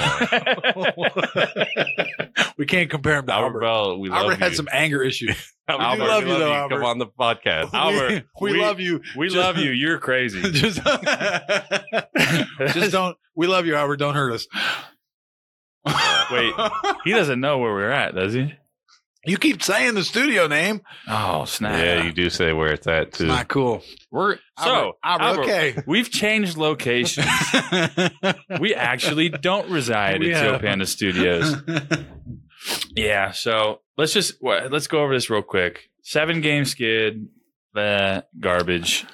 [SPEAKER 3] we can't compare him to
[SPEAKER 6] Albert
[SPEAKER 3] Albert.
[SPEAKER 6] Bell, we love
[SPEAKER 3] Albert had
[SPEAKER 6] you.
[SPEAKER 3] some anger issues.
[SPEAKER 6] Albert,
[SPEAKER 1] Albert,
[SPEAKER 6] we
[SPEAKER 1] love
[SPEAKER 6] love
[SPEAKER 3] you
[SPEAKER 6] you,
[SPEAKER 3] though,
[SPEAKER 6] Come
[SPEAKER 3] Albert.
[SPEAKER 6] on the podcast.
[SPEAKER 3] (laughs) We-
[SPEAKER 6] Albert,
[SPEAKER 3] we, love you.
[SPEAKER 1] We
[SPEAKER 3] Just-
[SPEAKER 1] love you. You're crazy.
[SPEAKER 3] (laughs) Just, just don't. We love you, Albert. Don't hurt us.
[SPEAKER 1] Wait. He doesn't know where we're at, does he?
[SPEAKER 3] you keep saying the studio name.
[SPEAKER 1] Oh snap!
[SPEAKER 6] Yeah, you do say where it's at too.
[SPEAKER 3] Not cool.
[SPEAKER 1] We're so
[SPEAKER 3] Albert,
[SPEAKER 1] Albert,
[SPEAKER 3] okay.
[SPEAKER 1] We've changed location. we actually don't reside
[SPEAKER 3] We
[SPEAKER 1] at Teal
[SPEAKER 3] have.
[SPEAKER 1] Panda Studios. yeah, so let's just wha- let's go over this real quick. Seven game skid, the garbage.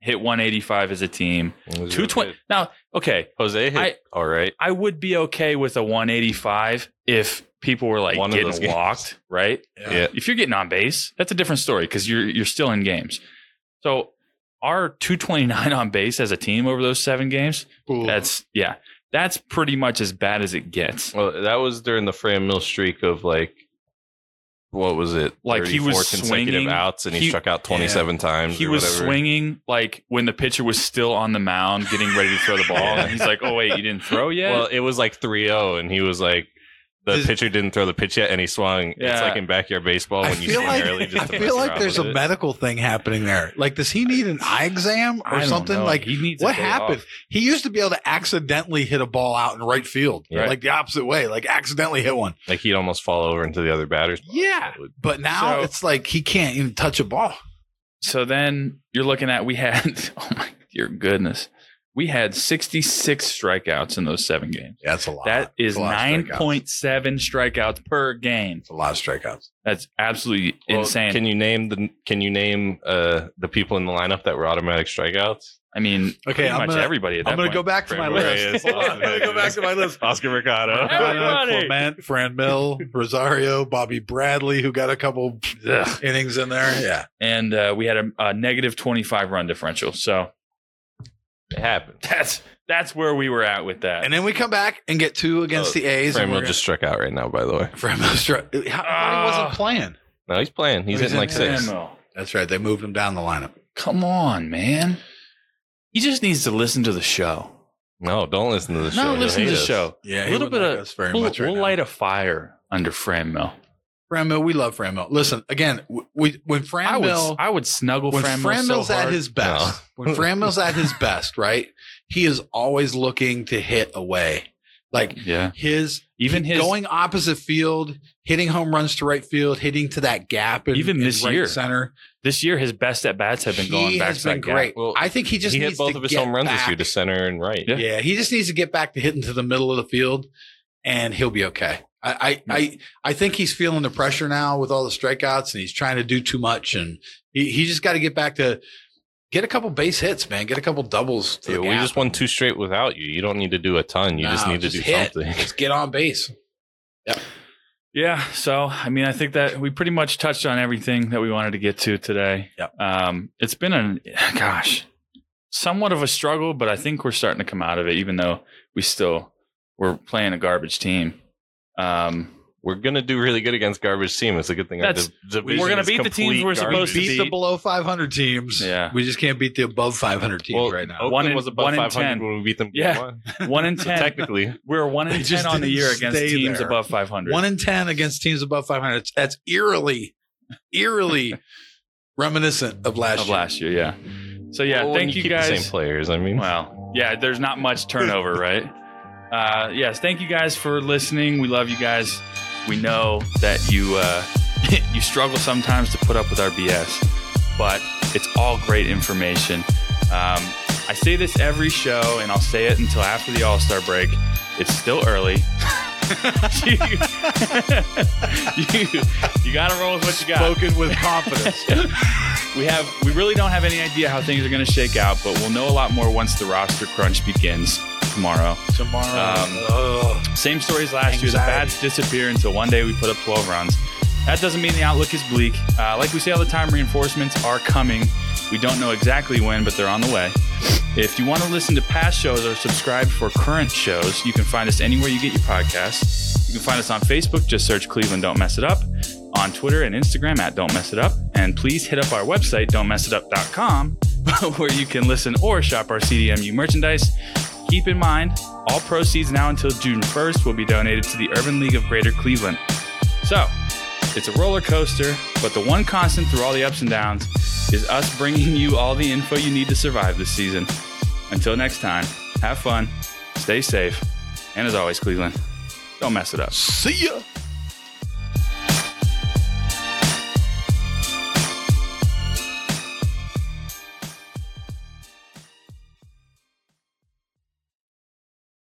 [SPEAKER 1] Hit 185 as a team. 220. Now, okay,
[SPEAKER 6] Jose hit.
[SPEAKER 1] I-
[SPEAKER 6] all right.
[SPEAKER 1] I would be okay with a 185 if people were like
[SPEAKER 6] One of those
[SPEAKER 1] getting
[SPEAKER 6] games.
[SPEAKER 1] walked, right?
[SPEAKER 3] Yeah.
[SPEAKER 6] Yeah.
[SPEAKER 1] If you're getting on base, that's a different story because you're you're still in games. So our 229 on base as a team over those seven games,
[SPEAKER 3] Cool.
[SPEAKER 1] that's yeah, that's pretty much as bad as it gets.
[SPEAKER 6] Well, that was during the Fran Mill streak of like, what was it?
[SPEAKER 1] Like, he was
[SPEAKER 6] 34 consecutive
[SPEAKER 1] swinging.
[SPEAKER 6] outs, and he,
[SPEAKER 1] He-
[SPEAKER 6] struck out twenty-seven times.
[SPEAKER 1] He
[SPEAKER 6] or
[SPEAKER 1] was
[SPEAKER 6] whatever.
[SPEAKER 1] swinging like when the pitcher was still on the mound, getting ready to throw the ball, and he's like, "Oh wait, you didn't throw yet."
[SPEAKER 6] Well, it was like 3-0, and he was like, The
[SPEAKER 3] Does-
[SPEAKER 6] pitcher didn't throw the pitch yet, and he swung. It's
[SPEAKER 1] Yeah.
[SPEAKER 6] like in backyard baseball
[SPEAKER 3] I
[SPEAKER 6] when you
[SPEAKER 3] feel
[SPEAKER 6] swing
[SPEAKER 3] like-
[SPEAKER 6] early. Just
[SPEAKER 3] I
[SPEAKER 6] to
[SPEAKER 3] feel
[SPEAKER 6] mess
[SPEAKER 3] like
[SPEAKER 6] around
[SPEAKER 3] there's a
[SPEAKER 6] with it.
[SPEAKER 3] medical thing happening there. Like, does he need an eye exam
[SPEAKER 1] I
[SPEAKER 3] or
[SPEAKER 1] don't
[SPEAKER 3] something?
[SPEAKER 1] know.
[SPEAKER 3] Like,
[SPEAKER 1] he needs a
[SPEAKER 3] what
[SPEAKER 1] day
[SPEAKER 3] happened?
[SPEAKER 1] off.
[SPEAKER 3] He used to be able to accidentally hit a ball out in right field,
[SPEAKER 6] Yeah.
[SPEAKER 3] like the opposite way, like accidentally hit one.
[SPEAKER 6] Like he'd almost fall over into the other batter's. box.
[SPEAKER 3] Yeah,
[SPEAKER 6] That would-
[SPEAKER 3] but now
[SPEAKER 1] So-
[SPEAKER 3] it's like he can't even touch a ball.
[SPEAKER 1] So then you're looking at we had (laughs) oh my dear goodness. We had 66 strikeouts in those seven games.
[SPEAKER 3] Yeah, that's a lot.
[SPEAKER 1] That is
[SPEAKER 3] a lot of strikeouts.
[SPEAKER 1] 9.7 strikeouts per game.
[SPEAKER 3] It's a lot of strikeouts.
[SPEAKER 1] That's absolutely
[SPEAKER 6] Well,
[SPEAKER 1] insane.
[SPEAKER 6] Can you name the Can you name uh the people in the lineup that were automatic strikeouts?
[SPEAKER 1] I mean,
[SPEAKER 3] Okay,
[SPEAKER 1] pretty
[SPEAKER 3] I'm
[SPEAKER 1] much
[SPEAKER 3] gonna-
[SPEAKER 1] everybody at that
[SPEAKER 3] I'm going to
[SPEAKER 1] point.
[SPEAKER 3] go back to my
[SPEAKER 6] Framber Reyes,
[SPEAKER 3] list. (laughs)
[SPEAKER 6] Austin Hedges,
[SPEAKER 3] my list.
[SPEAKER 6] Oscar Mercado.
[SPEAKER 1] Everybody!
[SPEAKER 3] Clement, Fran Mill, Rosario, Bobby Bradley, who got a couple
[SPEAKER 1] Ugh.
[SPEAKER 3] innings in there. Yeah.
[SPEAKER 1] and uh, we had a, a negative 25 run differential. So (laughs)
[SPEAKER 6] It happened.
[SPEAKER 1] that's that's where we were at with that.
[SPEAKER 3] And then we come back and get two against
[SPEAKER 6] Oh,
[SPEAKER 3] the A's. and we're
[SPEAKER 6] Framil just struck out right now. By the way,
[SPEAKER 3] gonna- (laughs) Fran Mill struck. How, how he wasn't
[SPEAKER 1] Ah.
[SPEAKER 3] playing.
[SPEAKER 6] no, he's playing. He's,
[SPEAKER 3] Oh, he's
[SPEAKER 6] hitting like
[SPEAKER 3] in
[SPEAKER 6] six.
[SPEAKER 1] Framil.
[SPEAKER 3] That's right. They moved him down the lineup.
[SPEAKER 1] Come on, man. He just needs to listen to the show.
[SPEAKER 6] No, don't listen to the show.
[SPEAKER 1] No,
[SPEAKER 6] He'll
[SPEAKER 1] listen to
[SPEAKER 6] hate
[SPEAKER 1] the
[SPEAKER 6] us.
[SPEAKER 1] show.
[SPEAKER 3] Yeah,
[SPEAKER 1] A little bit of-
[SPEAKER 3] very
[SPEAKER 1] We'll,
[SPEAKER 3] much right
[SPEAKER 1] we'll
[SPEAKER 3] now.
[SPEAKER 1] light a fire under Fran Mill.
[SPEAKER 3] Fran Mill, we love Fran Mill. Listen again. w- We when Fran
[SPEAKER 1] I would,
[SPEAKER 3] Mill,
[SPEAKER 1] I would snuggle
[SPEAKER 3] when
[SPEAKER 1] Fran,
[SPEAKER 3] Fran
[SPEAKER 1] Mill
[SPEAKER 3] Mill's
[SPEAKER 1] so
[SPEAKER 3] at
[SPEAKER 1] hard.
[SPEAKER 3] his best, when Fran Mill's at his best, right? He is always looking to hit away. Like
[SPEAKER 1] yeah,
[SPEAKER 3] his
[SPEAKER 1] even his
[SPEAKER 3] going opposite field, hitting home runs to right field, hitting to that gap, in,
[SPEAKER 1] Even
[SPEAKER 3] in
[SPEAKER 1] this
[SPEAKER 3] right
[SPEAKER 1] year,
[SPEAKER 3] center.
[SPEAKER 1] this year, his best at bats have been
[SPEAKER 3] He
[SPEAKER 1] going back
[SPEAKER 3] has
[SPEAKER 1] to
[SPEAKER 3] been
[SPEAKER 1] back.
[SPEAKER 3] great.
[SPEAKER 6] Well,
[SPEAKER 3] I think he just
[SPEAKER 6] he
[SPEAKER 3] needs
[SPEAKER 6] hit both
[SPEAKER 3] to
[SPEAKER 6] of his
[SPEAKER 3] get
[SPEAKER 6] home runs this year
[SPEAKER 3] back.
[SPEAKER 6] to center and right.
[SPEAKER 1] Yeah.
[SPEAKER 3] Yeah, he just needs to get back to hitting to the middle of the field, and he'll be okay. I, I, I, I think he's feeling the pressure now with all the strikeouts, and he's trying to do too much, and he, he just got to get back to get a couple base hits, man, get a couple doubles. To
[SPEAKER 6] Dude,
[SPEAKER 3] the
[SPEAKER 6] we
[SPEAKER 3] gap.
[SPEAKER 6] just won two straight without you. You don't need to do a ton. You just
[SPEAKER 3] No,
[SPEAKER 6] need to
[SPEAKER 3] just
[SPEAKER 6] do
[SPEAKER 3] hit.
[SPEAKER 6] something. (laughs)
[SPEAKER 3] just get on base.
[SPEAKER 1] Yeah. So, I mean, I think that we pretty much touched on everything that we wanted to get to today.
[SPEAKER 3] Yep.
[SPEAKER 1] Um, it's been a gosh, somewhat of a struggle, but I think we're starting to come out of it, even though we still we're playing a garbage team. Um,
[SPEAKER 6] We're gonna do really good against garbage team. It's a good thing. our
[SPEAKER 1] That's-
[SPEAKER 6] div- division
[SPEAKER 1] we're gonna
[SPEAKER 6] is
[SPEAKER 1] beat the teams
[SPEAKER 6] complete
[SPEAKER 1] we're supposed
[SPEAKER 6] garbage.
[SPEAKER 1] to
[SPEAKER 3] Beat the
[SPEAKER 1] beat-
[SPEAKER 3] below 500 teams.
[SPEAKER 1] Yeah.
[SPEAKER 3] we just can't beat the above 500 teams
[SPEAKER 6] Well, oh,
[SPEAKER 3] right now.
[SPEAKER 6] Oakland
[SPEAKER 1] One in-
[SPEAKER 6] was above
[SPEAKER 1] one in
[SPEAKER 6] 500
[SPEAKER 1] 10.
[SPEAKER 6] when we beat them. game
[SPEAKER 1] Yeah.
[SPEAKER 6] one.
[SPEAKER 1] one
[SPEAKER 3] (laughs)
[SPEAKER 1] in
[SPEAKER 6] So
[SPEAKER 1] ten.
[SPEAKER 6] technically,
[SPEAKER 1] we're one
[SPEAKER 3] They
[SPEAKER 1] in
[SPEAKER 3] just
[SPEAKER 1] ten on the
[SPEAKER 3] didn't
[SPEAKER 1] year against
[SPEAKER 3] stay
[SPEAKER 1] teams
[SPEAKER 3] there.
[SPEAKER 1] above five hundred.
[SPEAKER 3] One in ten against teams above 500. It's- That's eerily,
[SPEAKER 6] (laughs)
[SPEAKER 3] eerily reminiscent of last
[SPEAKER 1] of
[SPEAKER 3] year.
[SPEAKER 1] last year. Yeah. So yeah,
[SPEAKER 6] Well, when
[SPEAKER 1] thank you,
[SPEAKER 6] keep The
[SPEAKER 1] guys.
[SPEAKER 6] same players. I mean,
[SPEAKER 1] Well, yeah, there's not much turnover, right? Uh, yes, thank you guys for listening. We love you guys. We know that you uh, (laughs) you struggle sometimes to put up with our BS, but it's all great information. Um, I say this every show, and I'll say it until after the All Star break. It's still early. (laughs) you, (laughs) you, you gotta roll with what you got
[SPEAKER 3] Spoken with
[SPEAKER 1] (laughs)
[SPEAKER 3] confidence.
[SPEAKER 1] we have we really don't have any idea how things are going to shake out, but we'll know a lot more once the roster crunch begins tomorrow.
[SPEAKER 3] Tomorrow.
[SPEAKER 1] Um,
[SPEAKER 3] ugh.
[SPEAKER 1] Same stories last year. The
[SPEAKER 3] Anxiety.
[SPEAKER 1] bats disappear until one day we put up 12 runs. That doesn't mean the outlook is bleak. Uh, like we say all the time, reinforcements are coming. We don't know exactly when, but they're on the way. If you want to listen to past shows or subscribe for current shows, you can find us anywhere you get your podcasts. You can find us on Facebook. Just search Cleveland Don't Mess It Up. On Twitter and Instagram at Don't Mess It Up. And please hit up our website, don'tmessitup.com, (laughs) where you can listen or shop our CDMU merchandise. Keep in mind, all proceeds now until June 1st will be donated to the Urban League of Greater Cleveland. So, it's a roller coaster, but the one constant through all the ups and downs is us bringing you all the info you need to survive this season. Until next time, have fun, stay safe, and as always, Cleveland, don't mess it up.
[SPEAKER 3] See ya.